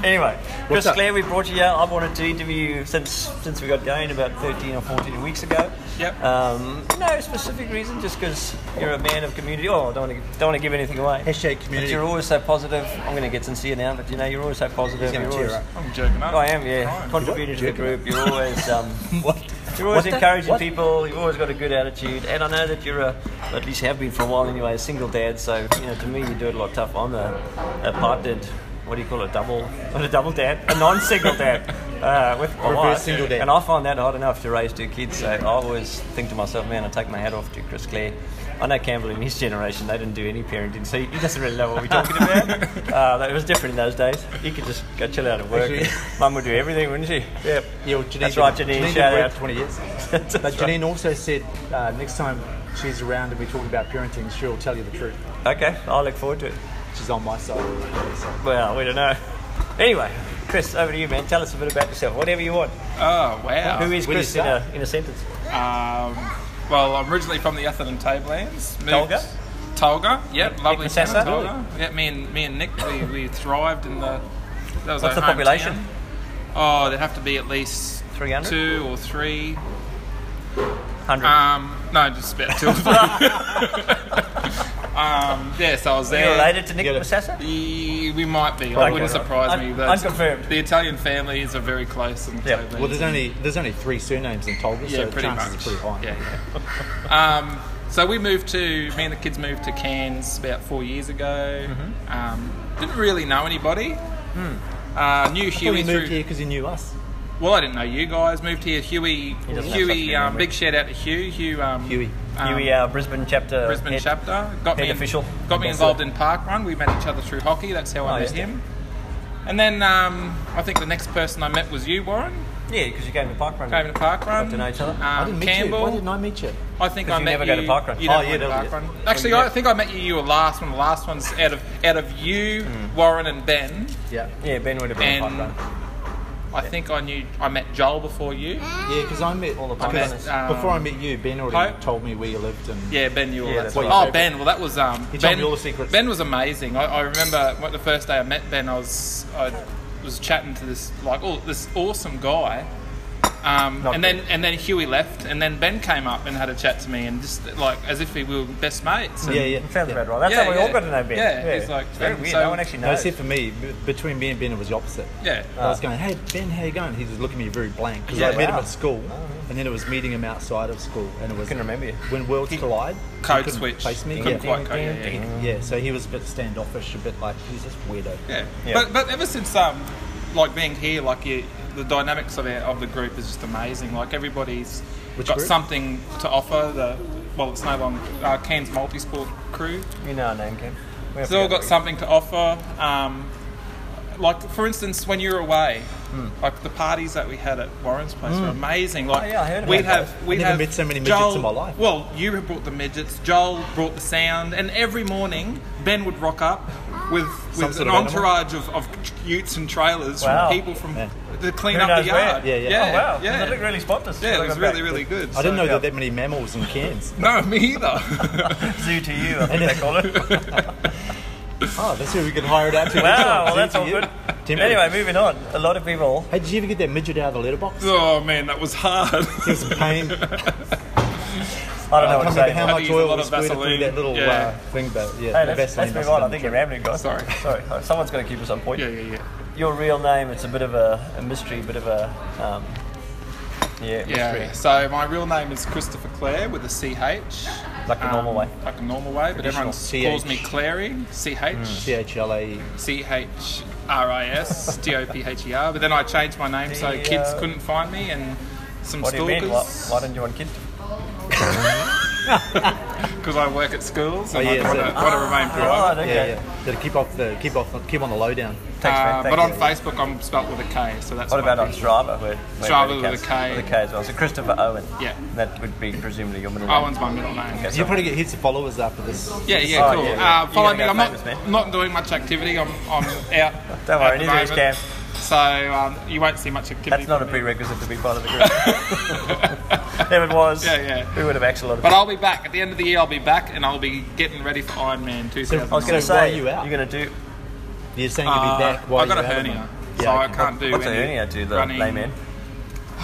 C: anyway,
B: What's
C: Chris
B: up?
C: Clare, we brought you here. I wanted to interview you since since we got going about 13 or 14 weeks ago.
D: Yep.
C: Um, no specific reason, just because you're a man of community. Oh, I don't want to don't want to give anything away.
B: Hashtag
C: But
B: community.
C: you're always so positive. I'm going to get sincere now, but you know you're always so positive.
B: gonna
C: You're
B: tear
C: always, Oh,
B: up.
D: I'm joking up.
C: I am, yeah.
D: Fine.
C: Contributing to the group. You're always um,
B: What?
C: you're always
B: What the-
C: encouraging
B: what?
C: people. You've always got a good attitude, and I know that you're a, at least have been for a while anyway, a single dad. So you know, to me, you do it a lot tougher. I'm a, a partnered, what do you call it, double, not a double dad, a non-single dad uh, with my
B: Reverse
C: wife.
B: single dad.
C: And I find that hard enough to raise two kids. So I always think to myself, man, I take my hat off to Chris Clare. I know Campbell in his generation, they didn't do any parenting, so he doesn't really know what we're talking about. uh, that was different in those days. He could just go chill out at work.
B: Actually-
C: Mum would do everything, wouldn't she? Yep.
B: Yeah, well, Janine
C: That's right,
B: did-
C: Janine,
B: did
C: shout
B: work
C: out.
B: for 20 years.
C: That's
B: But
C: right.
B: Janine also said uh, next time she's around and we talk about parenting, she'll tell you the truth.
C: Okay, I look forward to it.
B: She's on my side. So.
C: Well, we don't know. Anyway, Chris, over to you, man. Tell us a bit about yourself, whatever you want.
D: Oh wow.
C: Who is
B: where do you
C: Chris in a, in a sentence?
D: Um, well, I'm originally from the Atherton Tablelands. Moved-
C: Tolga?
D: Tolga, yep,
C: Nick
D: lovely town,
C: Massassa?
D: Tolga. Yeah, me and me and Nick, we, we thrived in the. That was our
C: What's the
D: hometown.
C: population?
D: Oh, there'd have to be at least
C: 300?
D: two or three.
C: 100.
D: Um, no, just about two or three. um, yeah, so I was
C: Are
D: there.
C: you related to Nick
B: Yeah.
C: Massassa?
D: Ye- We might be.
C: Okay.
D: I wouldn't surprise
C: Un-
D: me. That's-
C: unconfirmed.
D: The Italian families are very close in
C: Yeah.
D: Tablelands.
B: Well, there's only there's only three surnames in Tolga,
D: Yeah,
B: so the
D: pretty
B: chances
D: much.
B: are pretty high.
D: Yeah, yeah. um, so we moved to me and the kids moved to Cairns about four years ago.
C: Mm-hmm.
D: Um, didn't really know anybody.
C: Hmm.
D: Uh, knew
B: You
D: Huey
B: moved
D: through.
B: here because you knew us.
D: Well, I didn't know you guys. Moved here. Huey.
C: doesn't have such a
D: Huey.
C: good
D: Um,
C: memory.
D: big shout out to Hugh. Hugh. Um,
B: Huey.
D: um,
C: Huey, uh, Brisbane chapter.
D: Brisbane
C: head.
D: chapter. Got
C: head
D: me
C: official.
D: Got me
C: That's
D: involved
C: it.
D: in park run. We met each other through hockey. That's how
C: Oh,
D: I met
C: yeah.
D: him. And then um, I think the next person I met was you, Warren.
C: Yeah, because you came to park run.
D: Came to park run.
C: to know each other.
D: Um,
B: I didn't meet you. Why
D: Campbell. Oh,
B: didn't I meet you?
D: I think
C: 'Cause
D: I
C: you
D: met
C: never
D: you.
C: go to parkrun.
D: You
B: Oh,
D: never
B: yeah,
D: went to
B: that was
D: parkrun.
B: it.
D: Actually,
C: Well,
D: I
C: yeah.
D: think I met you. You were last one. The last one's out of out of you, Warren, and Ben.
B: Yeah.
C: Yeah, Ben would have been
D: And
C: park run.
D: I think I knew. I met Joel before you.
B: Yeah, because I met all the
C: I
D: met, um,
B: Before I met you, Ben already
D: Hope.
B: told me where you lived and
D: Yeah, Ben, you were.
C: Yeah,
D: Yeah,
C: that's
D: oh,
C: what I-
D: Ben. Well, that was um.
B: He
D: ben,
B: told me all the secrets.
D: Ben was amazing. I, I remember what, the first day I met Ben, I was I was chatting to this like oh this awesome guy. Um,
C: Not
D: and then and then Huey left, and then Ben came up and had a chat to me, and just like as if we were best mates. And
B: yeah, yeah.
C: Sounds
B: yeah.
C: about right. That's
D: Yeah,
C: how we
D: yeah.
C: all got to know Ben.
D: Yeah, he's like-
C: It's very
D: and
C: weird.
D: so-
C: no one actually
B: No,
C: knows.
B: except for me, b- between me and Ben, it was the opposite.
D: yeah. Uh.
B: I was going, hey Ben, how you going? He was looking at me very blank because I
D: Yeah. Oh,
B: met him
C: Wow.
B: at school, and then it was meeting him outside of school, and it was
C: I can remember you.
B: when worlds collide. he
D: Code
B: couldn't
D: switch.
B: Face me.
D: Couldn't
B: yeah.
D: quite code, yeah, yeah.
B: Yeah, so he was a bit standoffish, a bit like he's this weirdo.
D: Yeah.
C: Yeah.
D: But but ever since um, like being here, like you, the dynamics of our, of the group is just amazing. Like everybody's
B: Which
D: got
B: group?
D: something to offer. The well, it's no longer uh, Cairns multi-sport crew.
C: You know our name, Cam. We have
D: It's
C: to
D: all
C: go
D: got
C: through.
D: something to offer. Um, like for instance, when you're away, like the parties that we had at Warren's place were amazing. Like
C: Hmm. Oh, yeah, I heard about
D: we'd
C: those.
D: have we
B: never
D: have
B: met so many midgets
D: Joel,
B: in my life.
D: Well, you brought the midgets. Joel brought the sound, and every morning Ben would rock up with
B: Some
D: with
B: sort
D: an
B: of animal.
D: entourage of, of utes and trailers
C: Wow.
D: from people from to clean
C: Who
D: up
C: knows
D: the
C: where?
D: yard.
B: Yeah, yeah.
D: yeah.
C: Oh wow,
D: yeah.
C: that looked really spontaneous.
D: Yeah, it was really, really good.
B: I didn't
D: So-
B: know there were that many mammals in Cairns.
D: No, me either.
C: Zoo to you, I think they call it.
B: Oh, that's where we could hire it out to.
C: Wow, well, that's all
B: Temporary.
C: good. Anyway, moving on. A lot of people.
B: Hey, did you ever get that midget out of the letterbox?
D: oh man, that was hard.
B: It's a
C: I
B: pain.
C: don't know
B: I
C: what to
B: can't
C: say.
B: remember how
D: I'd
B: much
D: use a
B: oil
D: lot of
B: was squirted through
D: Vaseline.
B: that little
D: Yeah.
B: uh, thing, but
C: Hey,
B: yeah, the
C: let's,
B: Vaseline
C: let's move
B: must have
C: on. I
B: done
C: think
B: the
C: you're rambling, guys.
D: Sorry.
C: Sorry. Oh, Someone's got to keep us on point.
D: yeah, yeah, yeah.
C: Your real name, it's a bit of a, a mystery, bit of a. Um, yeah,
D: Yeah.
C: mystery.
D: So my real name is Christopher Clare with a CH.
C: Like the normal way.
D: Like a normal way, but everyone
B: Traditional
D: calls me
B: CH.
D: Clary. CH.
B: trick. CHLA.
D: C H R I S D O P H E R. But then I changed my name so
C: The,
D: kids
C: uh,
D: couldn't find me and some
C: What do you mean? Why,
D: stalkers
C: why didn't you want kid?
D: because I work at schools and
B: Oh,
D: I
B: yeah,
D: want
B: so-
D: to, want to remain
C: Ah, Right,
D: private.
C: okay.
B: Yeah, yeah. That'll keep off the keep off keep on the lowdown.
C: Thanks, mate.
D: Uh,
C: Thank
D: but on
C: you.
D: Facebook, I'm spelt with a K, so that's
C: What
D: my
C: about on
D: thing.
C: Strava? Where, where
D: Strava
C: where the
D: with a
C: cats-
D: K.
C: With a K as well. So Christopher Owen.
D: Yeah.
C: That would be presumably your middle name.
D: Owen's my middle name.
C: Okay,
B: You'll
C: so-
B: probably get heaps of followers after this.
D: Yeah, yeah,
C: Oh,
D: cool.
C: yeah, yeah.
D: Uh, follow
C: You're
D: me.
C: gonna
D: I'm
C: go
D: not
C: famous, man.
D: not doing much activity. I'm I'm out.
C: Don't worry,
D: at the
C: neither is
D: moment. So um, you won't see much activity.
C: That's not a
D: from me.
C: prerequisite to be part of the group. there it was.
D: Yeah, yeah.
C: We would have axed a lot of
D: But I'll be back at the end of the year. I'll be back and I'll be getting ready for Ironman
C: I was
D: 2000.
C: going to
B: So why
C: say,
B: are you out?
C: are going to do.
B: You're saying you'll
D: Uh,
B: be back while
D: I got a
B: you're out of
D: hernia,
B: the-
D: so
B: Yeah,
D: I
B: okay.
D: can't do
C: What's a
D: any
C: hernia to the
D: running.
C: layman?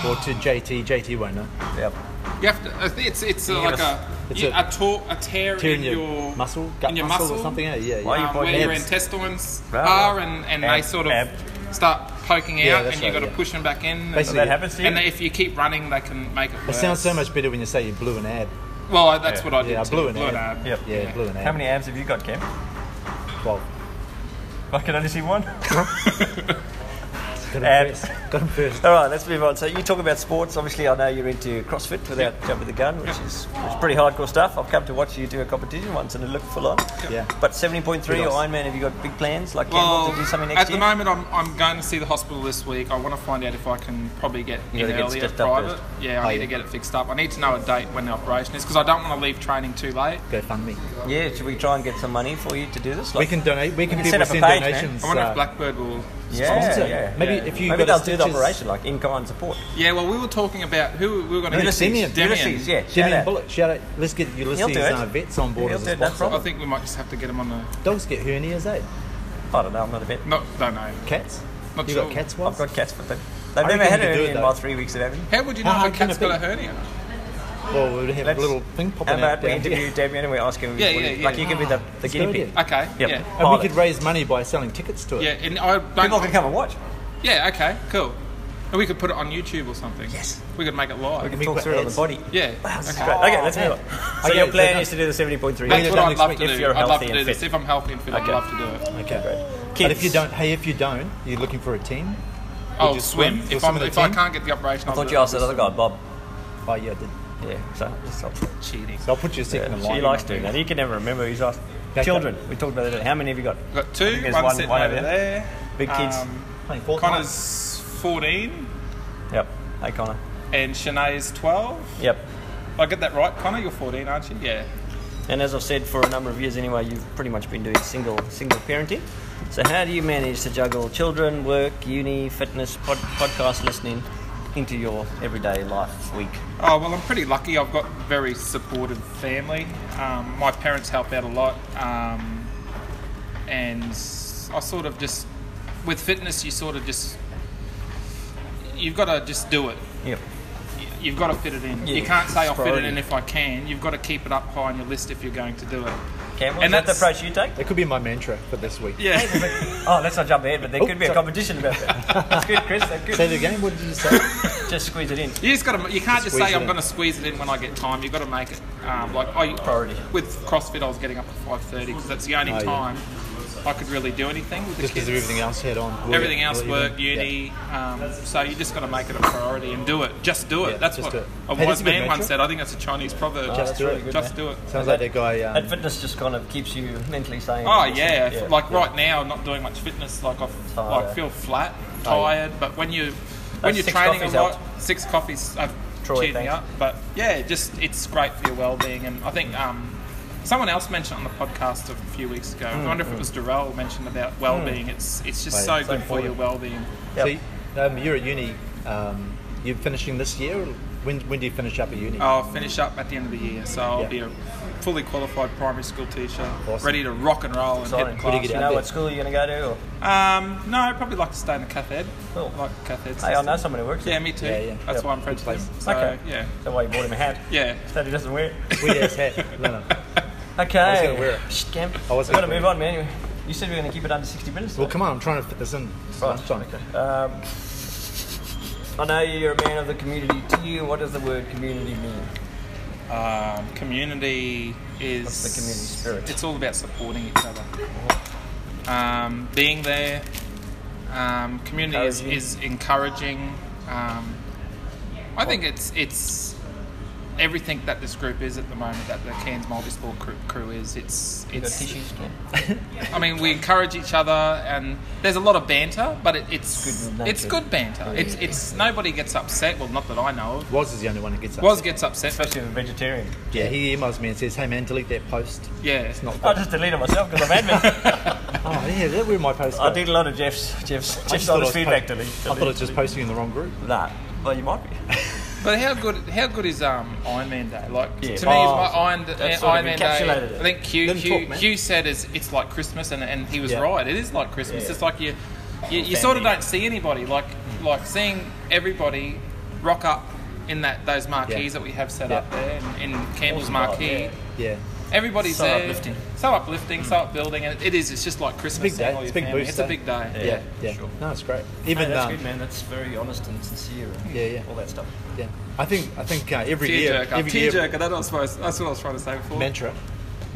B: Or to JT, JT won't know.
C: Yep.
D: You have to. it's- It's it's uh,
C: give
D: like
C: us-
D: a
B: it's
D: you-
B: a-
D: a, tor- a tear,
B: Tearing
D: in
B: your,
D: your,
B: muscle, gut
D: in your
B: muscle,
D: muscle
B: or something. Yeah, yeah.
C: Why are
B: yeah.
C: eh? you
D: um,
C: pointing
D: where your
C: abs?
D: intestines
C: Right,
D: are,
C: right.
D: and, and
C: Ab,
D: they sort of
C: ab.
D: start poking
B: Yeah,
D: out,
B: that's
D: and you've
B: right,
D: got to
B: yeah.
D: push them back in.
B: Basically,
C: That happens to you?
D: and if you keep running, they can make it.
B: It
D: worse.
B: sounds so much better when you say you blew an ad.
D: Well, I- that's
C: Yeah.
D: what I did.
B: Yeah, I
D: too.
B: blew an
D: Blew an
B: ad.
D: ab.
C: Yep.
B: Yeah, blew an ad.
C: How many abs have you got, Cam?
B: Well,
C: I can only see one.
B: got 'em
C: Abs.
B: first. Got 'em first.
C: All right, let's move on. So you talk about sports. Obviously, I know you're into CrossFit without jumping the gun, which is which is pretty hardcore stuff. I've come to watch you do a competition once, and it looked full on.
B: Yeah.
C: But 17.3
B: Kudos.
C: Ironman, have you got big plans like Campbell
D: Well,
C: to do something next
D: at the
C: year?
D: moment, I'm, I'm going to see the hospital this week. I want to find out if I can probably get
C: You
D: in
C: gotta get
D: earlier
C: stitched up
D: private.
C: first.
D: yeah, I
B: Oh,
D: need
B: yeah.
D: to get it fixed up. I need to know a date when the operation is because I don't want to leave training too late.
B: Go fund me.
C: yeah, should we try and get some money for you to do this?
B: We
C: Like,
B: can donate. We can,
C: can set up a
B: people send
C: page, man.
B: donations.
D: I wonder if
B: uh,
D: Blackbird will.
C: yeah,
B: sponsor.
C: yeah.
B: Maybe if you
C: Maybe
B: got
C: they'll do
B: a
C: the
B: stitches-
C: operation, like in-kind support.
D: Yeah, well, we were talking about who we were going to get.
B: Ulysses.
C: Ulysses, yeah, shout
B: Jimmy and
C: out.
B: Bullock, shout out. Let's get
C: He'll
B: Ulysses
C: do it.
B: uh, vets on board
C: He'll
B: as
C: do
B: a
C: it, no
B: sponsor.
C: problem.
D: I think we might just have to get him on the.
B: Dogs get hernias, eh?
C: I don't know. I'm not a vet.
D: No, don't know.
B: Cats?
D: Not
B: you
D: sure.
B: got cats
C: I've
B: once?
C: got cats, but they, they've never had
B: reckon we
C: it
B: could do it,
C: in
B: though.
C: my three weeks of having.
D: How would you know
B: How
D: if
B: hard
D: a
B: can
D: cat's
B: it be?
D: got a hernia?
B: Well, we'd have a
C: Let's-
B: little thing
C: How
B: popping out
C: about we
B: down
C: interview
B: here.
C: Damien and we ask him? if
D: Yeah,
C: he-
D: yeah, yeah.
C: Like you can be the, the guinea
B: Ah, good
C: pig.
B: idea.
D: Okay.
C: Yep.
D: Yeah.
B: And we
C: Pilot.
B: could raise money by selling tickets to it.
D: Yeah, and I
C: People
D: don't.
C: can come and watch.
D: Yeah. Okay. Cool. And we could put it on YouTube or something.
C: Yes.
D: We could make it
C: We
D: live.
C: can
B: We
C: talk
B: put
C: through it on the
B: ads.
C: body.
D: Yeah.
C: That's
D: Okay.
C: great. Okay, let's move on. So
B: Okay,
C: your plan
B: so
C: is to do the 70.3.
B: Yeah,
D: That's what
B: done
D: I'd
B: next
D: love
B: week
D: to
C: if
D: do.
C: you're
D: I'd love
C: healthy
D: to
C: and
D: do this.
C: fit.
D: If I'm healthy and fit, I'd
C: Okay.
D: love to do it.
B: Okay. But
C: Kids.
B: if you don't, hey, if you don't, you're looking for a team.
D: I'll
B: just
D: Oh, swim.
B: swim? You'll
D: If,
B: swim
D: I'm,
B: in a
D: if I
B: team?
D: can't get the operation,
C: I
D: I'll
C: thought
D: do
C: you
D: it.
C: asked that other guy, Bob.
B: Oh yeah, I did.
C: Yeah, so just helps.
D: Cheating.
B: So I'll put you second in line.
C: She likes doing that. He can never remember. He's asked.
B: Okay.
C: Children. We talked about that. How many have you got?
D: I've got
C: I think
D: two.
C: there's
D: One,
C: one-
D: sitting
C: one
D: over
C: over
D: there. Um,
C: Big kids.
B: Playing Fortnite.
D: Connor's 14
C: Yep. Hey, Connor.
D: and Shanae's 12.
C: Yep.
D: I get that right, Connor? You're 14, aren't you? Yeah.
C: And as I've said for a number of years anyway, you've pretty much been doing single single parenting. So how do you manage to juggle children, work, uni, fitness, pod, podcast listening into your everyday life week?
D: Oh, well, I'm pretty lucky. I've got very supportive family. Um, my parents help out a lot. Um, and I sort of just, with fitness, you sort of just, you've got to just do it.
C: Yep.
D: Y- You've got to fit it in.
C: Yeah,
D: you can't say,
C: it's
D: I'll fit it
C: priority.
D: in if I can. You've got to keep it up high on your list if you're going to do it.
C: Campbell,
D: And
C: and that's the
D: that's-
C: approach you take.
B: That could be my mantra for this week.
D: Yeah.
C: Oh, let's not jump ahead, but there could be a
B: sorry.
C: competition about that. That's good, Chris. That's
B: Say
C: good.
B: it again. What did you say?
C: Just squeeze it in.
D: You just got to. You can't just
B: Squeeze
D: say
B: it
D: I'm
B: in.
D: going to squeeze it in when I get time. You've got to make it. Um, like I
C: Priority.
D: with CrossFit, I was getting up at five thirty because that's the only
B: Oh, yeah.
D: time I could really do anything with the
B: Just
D: kids.
B: because everything else had on.
D: Everything else
B: What you
D: work,
B: doing? Yeah.
D: uni. Um, so you just got to make it a priority and do it. Just do it.
B: Yeah,
D: that's
B: just
D: what
B: do it.
D: a
B: Hey, that's
D: wise
B: a good
D: man
B: mantra.
D: once said. I think that's a Chinese proverb.
B: Just do it.
D: Just do it.
B: Sounds like that guy. Um,
C: That fitness just kind of keeps you mentally sane.
D: Oh yeah,
C: Yeah.
D: like right now, I'm not doing much fitness. Like I, f-
C: Oh, yeah.
D: I feel flat, tired. But when you when you're
C: six
D: training a
C: coffees
D: lot,
C: helped.
D: six coffees have
C: Troy,
D: cheered me
C: thanks.
D: up. But yeah, just it's great for your well-being. And I think um, someone else mentioned on the podcast a few weeks
B: Hmm.
D: ago. I wonder if it was Darrell mentioned about well-being. It's it's just
B: Oh, yeah.
D: so,
B: Mm. So
D: good for your well-being.
C: Yep.
B: See, Um, you're at uni. Um, you're finishing this year. When, when do you finish up at uni?
D: I'll finish up at the end of the year, so I'll
B: Yeah.
D: be a fully qualified primary school teacher,
B: Awesome.
D: ready to rock and roll and hit
C: Exciting.
D: the
B: Where do you
D: class.
B: get
C: Do you
B: out
C: know
B: there.
C: what school you're going to go to? Or?
D: Um, no, I'd probably like to stay in the cath ed.
C: Cool.
D: I like cath ed.
C: Hey, I
D: system.
C: know someone who works
D: Yeah,
C: there.
D: me too.
B: Yeah, yeah.
D: That's
C: Yeah,
D: why I'm friends
B: good
D: with
B: place.
D: him. So,
C: Okay.
D: yeah.
C: Is that why you bought him a hat?
D: Yeah.
C: So he doesn't wear it.
B: Weird ass hat. No, no.
C: Okay.
B: I was gonna wear it.
C: Shh, Cam.
B: I was
C: We've got to
B: gonna
C: move
B: wear
C: on, man. Anyway, You said we were going to keep it under 60 minutes.
B: Well, come on. I'm trying to fit this in. It's lunchtime.
C: Um, I know you're a man of the community. To you, what does the word community mean?
D: Um, community is.
C: What's the community spirit?
D: It's all about supporting each other. Um, being there. Um, community is,
C: Encouraging.
D: is encouraging. Um, I think it's it's everything that this group is at the moment, that the Cairns Multisport crew, crew is. It's
C: You got
D: it's
C: tissues?
D: I mean, we encourage each other, and there's a lot of banter, but it, it's
C: It's
D: it's
C: good
D: good,
C: natured.
D: banter. It's it's nobody gets upset. Well, not that I know of.
B: Was is the only one that gets up.
D: Was gets upset, but
C: Especially if you're a vegetarian.
B: Yeah, he emails me and says, "Hey man, delete that post."
D: yeah,
B: It's not.
C: I
B: Good.
C: just deleted myself because I'm admin.
B: Oh yeah, that where my post.
C: I
B: goes.
C: did a lot of Jeff's Jeff's
B: I just
C: Jeff's
B: thought I
C: honest
B: was
C: feedback
B: po-
C: delete.
B: I thought it was just posting in the wrong group.
C: Nah. Well, you might be.
D: But how good how good is um, Iron Man Day? Like
C: Yeah.
D: to me,
C: Oh,
D: my Iron,
C: that's
D: Iron
C: sort of
D: Man Day.
C: encapsulated it.
D: I think Hugh
B: Didn't
D: Hugh,
B: talk, man.
D: Hugh said is it's like Christmas, and, and he was
C: Yeah.
D: right. It is like Christmas.
C: Yeah.
D: It's like you you, you sort of
C: family.
D: don't see anybody. Like like seeing everybody rock up in that those marquees
B: Yeah.
D: that we have set
B: Yeah.
D: up there in, in Campbell's
C: Awesome,
D: marquee.
C: yeah.
B: Yeah.
D: Everybody's
C: So
D: there.
C: uplifting. Mm.
D: So uplifting, so upbuilding, and it is. It's just like Christmas.
B: big day.
D: seeing all
B: It's
D: your
B: big
D: family.
B: boost
D: It's a
B: day.
D: big day.
C: Yeah.
B: Yeah. Yeah.
C: sure.
B: No, it's great.
C: Hey,
B: Even
C: that's
B: um,
C: good, man. That's very honest and sincere. And
B: Yeah, yeah.
C: All that stuff.
B: yeah. I think I think uh, every
D: Tear
B: year,
D: jerker.
B: every
D: Tear
B: year,
D: jerker. That I was supposed, that's what I was trying to say before.
B: mantra.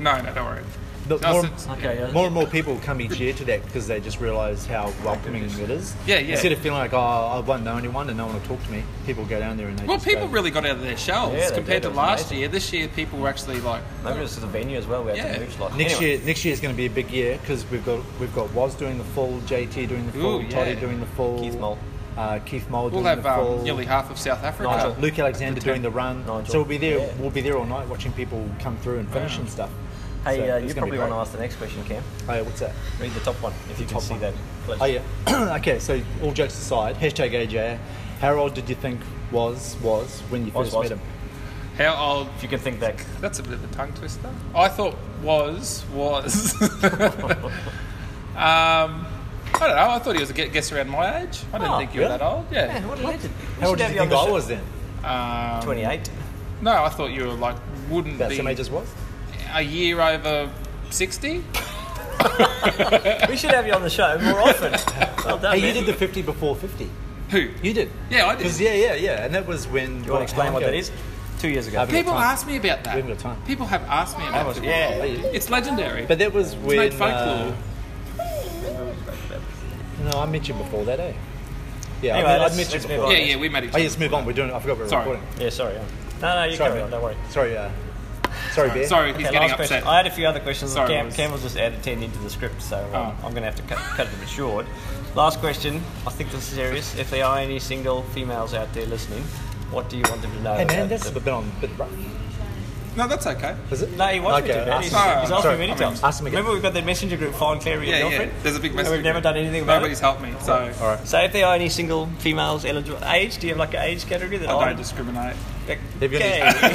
D: No, no, don't worry.
B: The
D: No,
B: more,
D: it's-
C: Okay. Yeah.
B: more and more people come each year to that because they just realise how welcoming it is.
D: Yeah, yeah.
B: Instead of feeling like oh I won't know anyone and no one will talk to me, people go down there and they.
D: Well,
B: just
D: people
B: go,
D: really got out of their shells
C: Yeah, they
D: compared
C: did.
D: to
C: It was
D: last
C: amazing.
D: year. This year, people were actually like,
C: Maybe it's the venue as well. We have
D: Yeah.
C: to move. Like
B: Next
C: anyway.
B: year, next year is going to be a big year because we've got we've got Woz doing the full, JT doing the full,
D: Ooh,
B: Toddy
D: yeah.
B: doing the full,
C: Keith Mole.
B: uh, Keith Mole
D: we'll
B: doing
D: have
B: the full,
D: um, nearly half of South Africa.
C: Nigel.
B: Luke Alexander doing the run.
C: Nigel.
B: So we'll be there.
C: Yeah.
B: We'll be there all night watching people come through and finish and stuff.
C: Hey,
B: So
C: uh,
B: it's
C: you
B: gonna
C: probably
B: be
C: want to
B: great.
C: ask the next question, Cam.
B: Oh, yeah, what's that?
C: Read the top one if you can
B: top
C: see
B: one.
C: that. please.
B: Oh yeah. okay, so all jokes aside, hashtag AJ. How old did you think was was when you
C: Was,
B: first
C: was.
B: met him?
D: How old?
C: If you can think back.
D: That's a bit of a tongue twister. I thought was was. um, I don't know. I thought he was a gu- guess around my age. I didn't
C: Oh,
D: think you were
B: really?
D: that old. Yeah.
C: Man, what a legend.
B: How old did you think I was then?
D: Um,
C: 28.
D: No, I thought you were like wouldn't
B: About the
D: be
B: same age as was.
D: a year over sixty.
C: we should have you on the show more often. Well done.
B: Hey, you
C: man.
B: did the fifty before fifty.
D: Who?
B: You did.
D: Yeah, I did.
B: Because yeah, yeah, yeah, and that was when.
C: You want to explain what that is? Two years ago.
B: I've-
D: People
B: got time.
D: ask me about that.
B: We haven't got time.
D: People have asked me about it.
C: yeah.
D: It's legendary.
B: But that was
D: it's
B: when.
D: made folklore.
B: uh, no, I mentioned before that, eh? Yeah,
C: Anyway,
B: I, mean,
C: let's-
B: I'd
C: let's
B: mentioned
C: move
B: before.
C: on.
D: yeah, yeah, we met each
B: Oh,
D: other.
B: yes, move on. We're doing. I forgot we were
D: Sorry.
B: recording.
C: Yeah, sorry. yeah. No, no, you
B: Sorry,
C: carry
B: man.
C: on. Don't worry.
B: Sorry, uh, sorry, Bear.
D: Sorry, he's
C: Okay,
D: getting
C: last question.
D: upset.
C: I had a few other questions.
D: Sorry,
C: Cam,
D: boys.
C: Cam will just add 10 into the script, so um,
D: Oh.
C: I'm going to have to cut, cut it a bit short. Last question. I think this is serious. If there are any single females out there listening, what do you want them to know?
B: Hey man,
C: about
B: that's a
C: the-
B: bit on a bit rough.
D: No, that's okay.
B: Is it?
C: No, he wants me
B: Okay,
C: to. Man.
B: ask-
C: He's,
D: sorry,
C: he's asked
B: sorry,
C: me many
B: I mean,
C: times.
B: ask him again.
C: Remember, we've got that messenger group, Find Clary,
D: Yeah,
C: your
D: yeah.
C: girlfriend?
D: There's a big
C: And
D: message.
C: We've never done anything about
D: Nobody's
C: it.
D: helped me, so
B: All right.
C: So if there are any single females eligible, age, do you have like an age category that
D: I
C: I
D: don't discriminate.
B: Have you got any-
C: Okay.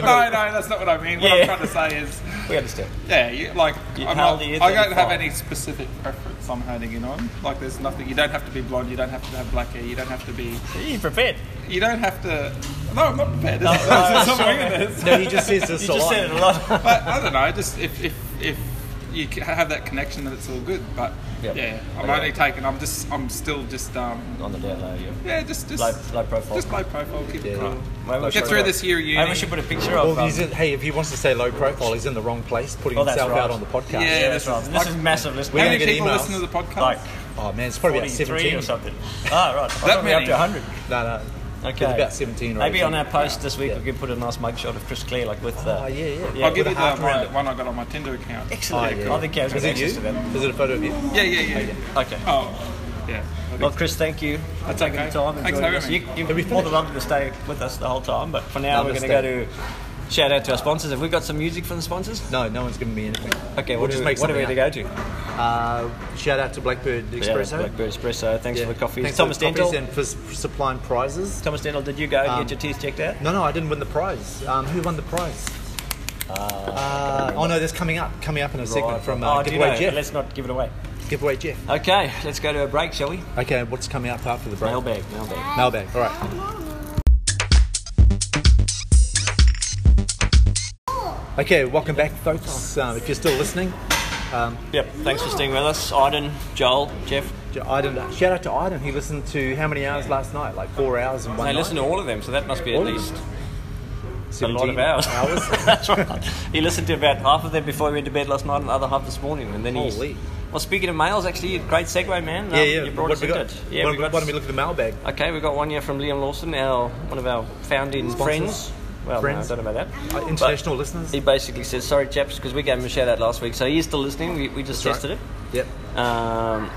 D: No, no,
B: but-
D: that's not what I mean. What
C: Yeah.
D: I'm trying to say is,
C: we understand.
D: yeah, you, like
C: You-
D: I'm
C: how
D: not,
C: old are you?
D: I don't have
C: 35?
D: any specific preference. I'm honing in on. Like, there's nothing. You don't have to be blonde. You don't have to have black hair. You don't have to be.
C: You prepared?
D: You don't have to. No, I'm not prepared.
C: No,
D: This is-
C: no,
D: this is
C: no,
D: something
C: sorry.
D: in this.
B: No, he just says
C: You
B: this a
C: just
B: lot.
C: said it a lot.
D: But I don't know. Just if if if you c- have that connection, then it's all good. But
C: Yep.
D: yeah, I'm
C: Okay.
D: only taking. I'm just. I'm still just. Um,
C: On the down low, yeah.
D: yeah, just just
C: Low- low profile.
D: Just low profile. Keep
B: Yeah.
D: it cool.
C: Maybe we
D: Get
C: should
D: through
C: put-
D: this year, uni.
C: Maybe we should put a picture of.
B: Well,
C: um,
B: he's in, hey, if he wants to say low profile, he's in the wrong place, putting
C: Oh, that's
B: himself
C: right.
B: out on the
D: Yeah.
B: podcast.
C: yeah,
D: this
C: that's right.
D: is-
C: This is massive. Listen,
B: We're
D: How
B: gonna
D: many
B: get
D: people
B: emails.
D: listen to the podcast?
C: like
B: Oh man, it's probably about
C: 43
B: seventeen
C: or something. Ah, right. I thought we were up
D: many?
C: to 100.
B: No, no.
C: Okay.
B: It's about seventeen. Or
C: Maybe
B: 18.
C: on our post this week
B: Yeah.
C: we could put a nice mugshot of Chris Clear, like with. Uh,
B: Oh yeah, yeah.
C: Yeah.
D: I'll
C: with
D: give
B: a
D: you the
B: half round
D: my,
B: it.
D: one I got on my Tinder account.
B: Oh,
C: Excellent.
B: yeah.
C: I think Cam's got
B: Is it you?
C: access to that.
B: Is it a photo of you?
D: Yeah, yeah, yeah.
C: Okay.
D: Oh, yeah.
C: Well, Chris, thank you for
D: That's
C: taking
D: okay.
C: the time and
D: Thanks
C: joining
D: for
C: us.
D: having
C: You,
D: me.
C: you're
B: Have we
C: more than
B: finished?
C: welcome to stay with us the whole time, but for now
B: No,
C: we're going
B: just
C: to go to Shout out to our sponsors. Have we got some music from the sponsors?
B: No, no one's giving me anything.
C: Okay,
B: We'll
C: what,
B: just
C: do we,
B: make
C: what are we to
B: something
C: go to?
B: Uh, shout out to Blackbird Expresso.
C: Yeah, Blackbird Espresso. Thanks
B: Yeah.
C: for the coffee.
B: Thanks
C: Thomas
B: for the
C: Dental.
B: coffees and for s- for supplying prizes.
C: Thomas Dental, did you go and
B: Um,
C: get your teeth checked out?
B: No, no, I didn't win the prize. Um, who won the prize? Uh, oh no, that's coming up. Coming up in a segment from uh,
C: oh, do you
B: Giveaway
C: know?
B: Jeff.
C: Let's not give it away.
B: Giveaway Jeff.
C: Okay, let's go to a break, shall we?
B: Okay, what's coming up after the break?
C: Mailbag, mailbag.
B: Mailbag. All right. Okay, welcome back, folks. Um, if you're still listening, uh, Um,
C: Yep, thanks for staying with us. Iden, Joel, Jeff.
B: J- Iden, shout out to Iden. He listened to how many hours last night? Like four hours and one.
C: They listen to all of them, so that must be at
B: All of
C: least a
B: to
C: lot of hours.
B: hours.
C: That's right. He listened to about half of them before he went to bed last night and the other half this morning. And then he's.
B: Holy.
C: Well, speaking of mails, actually, great segue, man. Um,
B: yeah, yeah.
C: You brought
B: what
C: us
B: we
C: into
B: got?
C: it. Yeah,
B: why,
C: we
B: don't we-
C: got
B: why don't we look at the mailbag?
C: Okay, we got one here from Liam Lawson, our one of our founding
B: Sponsors?
C: friends. Well,
B: Friends?
C: No, I don't know about that.
B: Uh, international listeners.
C: He basically says, "Sorry, chaps, because we gave him a shout out last week, so he is still listening. We, we just
B: That's
C: tested
B: right. Yep.
C: it, um,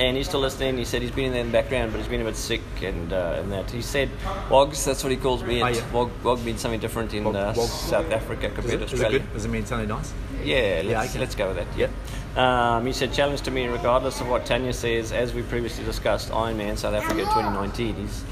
C: and he's still listening. He said he's been in there in the background, but he's been a bit sick and uh, and that. He said, "Wogs," that's what he calls me.
B: Oh,
C: And
B: yeah.
C: wog, wog means something different in
B: Wog-
C: uh,
B: wog.
C: South Africa compared
B: Is it,
C: to
B: is it
C: Australia.
B: good? Does it mean something nice?
C: Yeah, let's,
B: okay.
C: let's go with that. Yep. Um, he said, challenge to me, regardless of what Tanya says, as we previously discussed, Iron Man South Africa 2019 is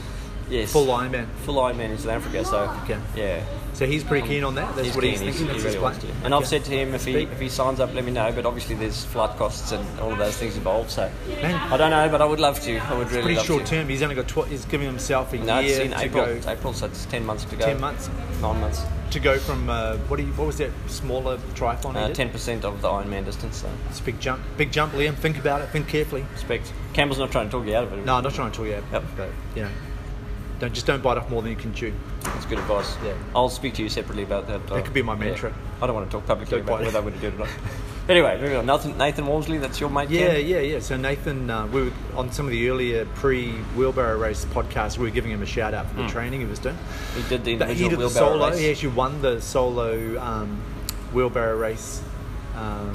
C: yes,
B: Full Ironman.
C: full Iron Man in South Africa. So
B: Okay.
C: yeah,
B: So he's pretty keen on that. That's
C: he's
B: what he's
C: keen, he's-
B: thinking. That's
C: he
B: his
C: really wants to.
B: plan.
C: And I've
B: Okay.
C: said to him, if he
B: Speak.
C: if he signs up, let me know. But obviously, there's flight costs and all of those things involved. So
B: Man.
C: I don't know, but I would love to. I would really
B: pretty
C: love
B: short
C: to.
B: term. He's only got tw- he's giving himself a
C: No, it's
B: year
C: in
B: to
C: April.
B: go
C: It's April, so it's ten months to go.
B: ten months
C: Nine months.
B: to go from uh, what do you, what was that smaller triathlon? he did?
C: Uh, Ten percent of the Ironman distance. So
B: It's a big jump, big jump, Liam. Think about it. Think carefully.
C: respect. Campbell's not trying to talk you out of it.
B: No, I'm not trying to talk you out.
C: Yep.
B: But you know, don't just don't bite off more than you can chew.
C: That's good advice.
B: Yeah.
C: I'll speak to you separately about that. That
B: could be my mantra.
C: I don't want to talk publicly
B: Don't
C: about
B: bite.
C: whether I'm going to do it or not. anyway, moving on. Nathan, Nathan Walmsley, that's your mate.
B: Yeah,
C: Ken?
B: yeah, yeah. So Nathan, uh, we were on some of the earlier pre-wheelbarrow race podcasts. We were giving him a shout out for the training he was doing.
C: He did the
B: But
C: individual
B: he did the
C: wheelbarrow
B: solo.
C: race.
B: He actually won the solo um, wheelbarrow race um,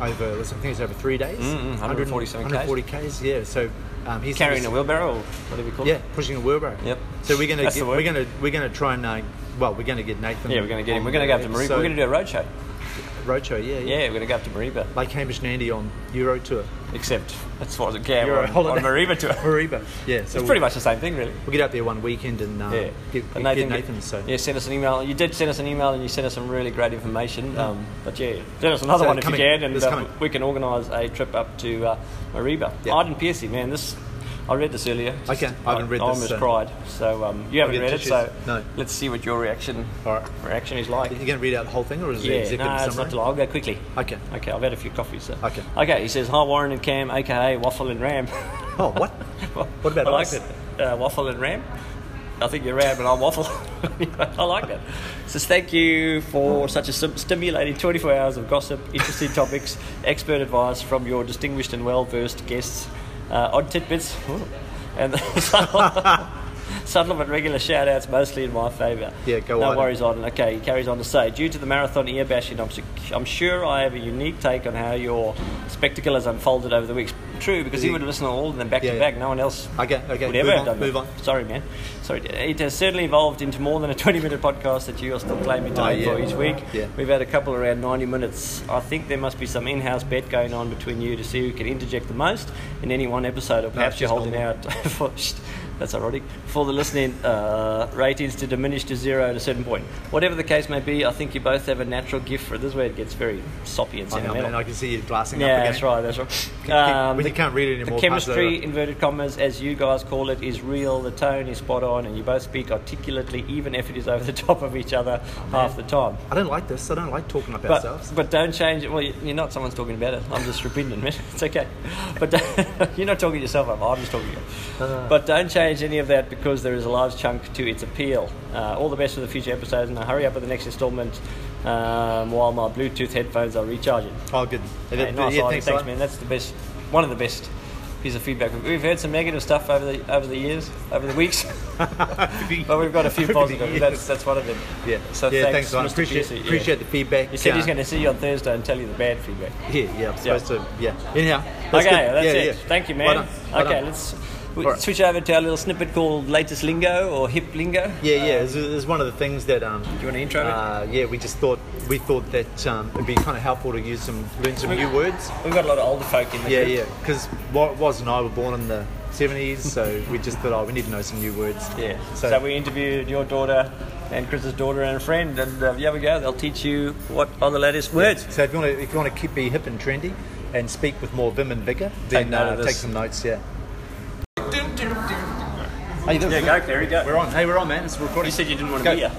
B: over. I think it's over three days.
C: Mm, mm, 147 Ks.
B: 140 k's. Yeah. So um, he's
C: Carrying a wheelbarrow or whatever you call
B: Yeah,
C: it.
B: pushing a wheelbarrow.
C: Yep.
B: So we're gonna
C: That's
B: get,
C: the word.
B: we're gonna we're gonna try and uh, well we're gonna get Nathan.
C: Yeah, we're going to get him.
B: on
C: We're going to go up to Mariba.
B: So-
C: we're going to do a roadshow.
B: roadshow. Yeah,
C: Yeah, we're going to go up to Mariba.
B: Like Hamish and Andy on Euro Tour.
C: Except, as far as it can,
B: Euro
C: on, on Mariba tour.
B: Mariba. Yeah. So
C: It's
B: we'll,
C: pretty much the same thing, really.
B: We'll get out there one weekend and uh,
C: Yeah.
B: get,
C: But
B: get Nathan. so.
C: Yeah, send us an email. You did send us an email and you sent us some really great information. Um, but yeah, send us another
B: Mm-hmm. So
C: one if
B: coming.
C: you can and
B: It's
C: uh,
B: coming.
C: we can organise a trip up to uh, Mariba.
B: Yeah.
C: Arden Piercy, man, this... I read this earlier.
B: Okay, I haven't read
C: I
B: this,
C: almost
B: so-
C: cried. So um, you haven't
B: get
C: read it,
B: tissues?
C: so
B: No.
C: let's see what your reaction
B: All right.
C: reaction is like.
B: You're gonna read out the whole thing or is it
C: Yeah,
B: executive
C: no, it's
B: summary?
C: not too long. I'll go quickly.
B: Okay.
C: Okay, I've had a few coffees. So.
B: Okay.
C: Okay, he says, Hi, Warren and Cam, aka Waffle and Ram.
B: Oh, what? What about
C: I like
B: us?
C: that. Uh, waffle and Ram. I think you're Ram and I'm Waffle. I like that. Says, Thank you for such a sim- stimulating 24 hours of gossip, interesting topics, expert advice from your distinguished and well versed guests, uh, odd tidbits, ooh, and subtle but regular shout outs, mostly in my favour.
B: Yeah, go
C: no
B: on.
C: worries carries on. Okay, he carries on to say, due to the marathon ear bashing, I'm, sec- I'm sure I have a unique take on how your spectacle has unfolded over the weeks. True, because he would have listened to all of them back
B: Yeah,
C: to
B: yeah.
C: back. No one else
B: Okay, okay,
C: would ever have
B: move on,
C: done that.
B: move on.
C: Sorry, man. Sorry. It has certainly evolved into more than a 20 minute podcast that you are still claiming time
B: Oh, yeah.
C: for each week.
B: Yeah.
C: We've had a couple around 90 minutes. I think there must be some in house bet going on between you to see who can interject the most in any one episode, or perhaps
B: it's
C: you're
B: just
C: holding
B: normal.
C: out out for sh- that's ironic for the listening uh, ratings to diminish to zero at a certain point. Whatever the case may be, I think you both have a natural gift for it. This is where it gets very soppy and
B: I know,
C: sentimental.
B: man, I can see you glassing up
C: yeah,
B: again.
C: that's right. That's right.
B: when you can't read it anymore,
C: Um, The
B: pass it over.
C: chemistry, inverted commas, as you guys call it, is real. The tone is spot on, and you both speak articulately, even if it is over the top of each other half the time.
B: Oh, I don't like this. I don't like talking up
C: But,
B: ourselves.
C: but don't change it. Well, you- you're not someone's talking about it. I'm just repeating it, man. It's okay. But don't- you're not talking to yourself up. I'm just talking to you.
B: Uh.
C: But don't change any of that because there is a large chunk to its appeal. Uh, all the best for the future episodes, and I hurry up with the next installment um, while my Bluetooth headphones are recharging.
B: Oh, good.
C: Hey, nice idea. thanks, man. That's the best, one of the best pieces of feedback. We've heard some negative stuff over the over the years, over the weeks, but we've got a few
B: Over the
C: positive.
B: years.
C: That's that's one of them.
B: Yeah.
C: So
B: yeah,
C: thanks,
B: thanks, man.
C: Mr.
B: Appreciate,
C: Piercy, yeah.
B: appreciate the feedback.
C: He said he's
B: Uh,
C: going to see you on Thursday and tell you the bad feedback.
B: Yeah, yeah, I'm supposed to. Yeah. Anyhow.
C: okay,
B: good.
C: that's
B: Yeah,
C: it.
B: yeah.
C: Thank you,
B: Well
C: man.
B: done, well
C: okay,
B: done.
C: let's We
B: Alright.
C: Switch over to our little snippet called Latest Lingo or Hip Lingo.
B: Yeah, yeah. It's, it's one of the things that. Um, Do you
C: wanna intro it?
B: Uh, yeah, we just thought we thought that um, it'd be kind of helpful to use some learn some new words.
C: We've got a lot of older folk in the
B: Yeah,
C: group.
B: yeah. Because was and I were born in the seventies, so we just thought, oh, we need to know some new words.
C: Yeah. So,
B: So,
C: we interviewed your daughter and Chris's daughter and a friend, and uh, yeah, we go. They'll teach you what are the latest words.
B: so if you want to, if you want to keep be hip and trendy, and speak with more vim and vigor, then
C: note of
B: uh,
C: this.
B: take some notes. Yeah.
C: Yeah, go, there you go.
B: We're on. Hey, we're on, man. It's recording.
C: You said you didn't want to
B: Go.
C: be here.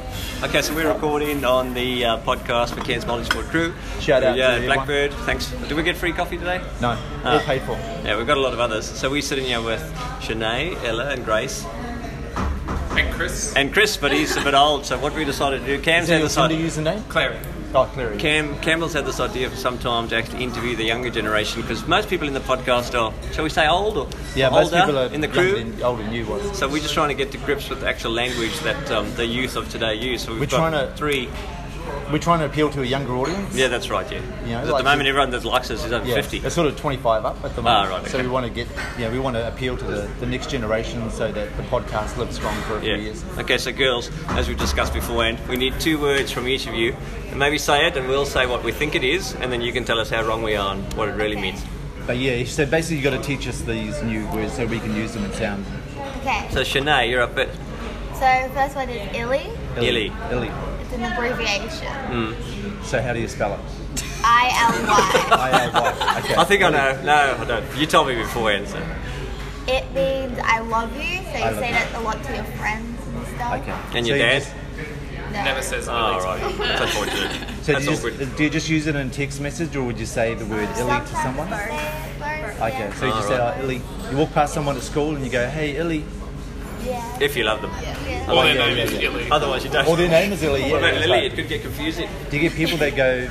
C: Okay, so we're recording on the uh, podcast for Cairns Motorsport Crew.
B: Shout out to
C: Yeah,
B: everyone.
C: Blackbird. Thanks. Did we get free coffee today?
B: No,
C: Ah.
B: all paid for.
C: Yeah, we've got a lot of others. So we're sitting here with Shanae, Ella, and Grace,
D: And Chris,
C: and Chris, but he's a bit old. So what we decided to do, Cam's had this
B: Somebody
C: idea.
B: use the name?
D: Clary.
B: Oh, Clary.
C: Cam, Campbell's had this idea for some time to actually interview the younger generation because most people in the podcast are, shall we say, old or
B: yeah,
C: older
B: most people are
C: in the
B: younger
C: crew.
B: than- older than you was.
C: So we're just trying to get to grips with the actual language that um, the youth of today use. So we've
B: We're
C: got
B: trying to-
C: three.
B: We're trying to appeal to a younger audience.
C: Yeah, that's right. Yeah.
B: You know,
C: 'Cause at
B: like
C: the moment,
B: the-
C: everyone that likes us is over
B: Yeah,
C: fifty.
B: It's sort of 25 up at the
C: Ah,
B: moment.
C: right,
B: So
C: okay.
B: we want to get, yeah, we want to appeal to the, the next generation so that the podcast lives strong for a few
C: Yeah.
B: years.
C: Okay, so girls, as we discussed beforehand, we need two words from each of you, and maybe say it, and we'll say what we think it is, and then you can tell us how wrong we are and what it really means.
B: But yeah, so basically you got to teach us these new words so we can use them in sound.
G: Okay,
C: So Shanae, you're up at
G: so first one is illy.
C: Illy.
B: Illy.
G: It's an abbreviation.
C: Hmm.
B: So how do you spell it?
G: I L Y.
B: I-L-Y. Okay.
C: I think I know. No, I don't. You told me beforehand. So.
G: It means I love you, so
B: I
G: you
B: love
G: say
B: you.
G: that a lot to your friends and stuff.
B: Okay.
C: And
B: so
C: your
B: you
C: dad?
B: just-
G: No.
D: Never says
C: Oh,
D: Lily.
C: right. That's unfortunate.
B: So
C: That's
B: do, you
C: awkward.
B: just, do you just use it in text message or would you say the word illy to
G: Sometimes
B: someone?
G: both. Both,
B: Okay, so you
C: Ah,
B: just
C: right.
B: say, oh, illy. You walk past someone at school and you go, hey, illy.
G: Yeah.
C: If you love them.
G: Yeah.
D: Or their
B: yeah,
D: name
B: yeah,
D: is
B: yeah.
D: Illy.
C: Otherwise, you don't.
B: Or their name is illy.
C: What
B: yeah,
C: about
B: it's
C: Lily?
B: like-
C: It could get confusing.
B: Do you get people that go,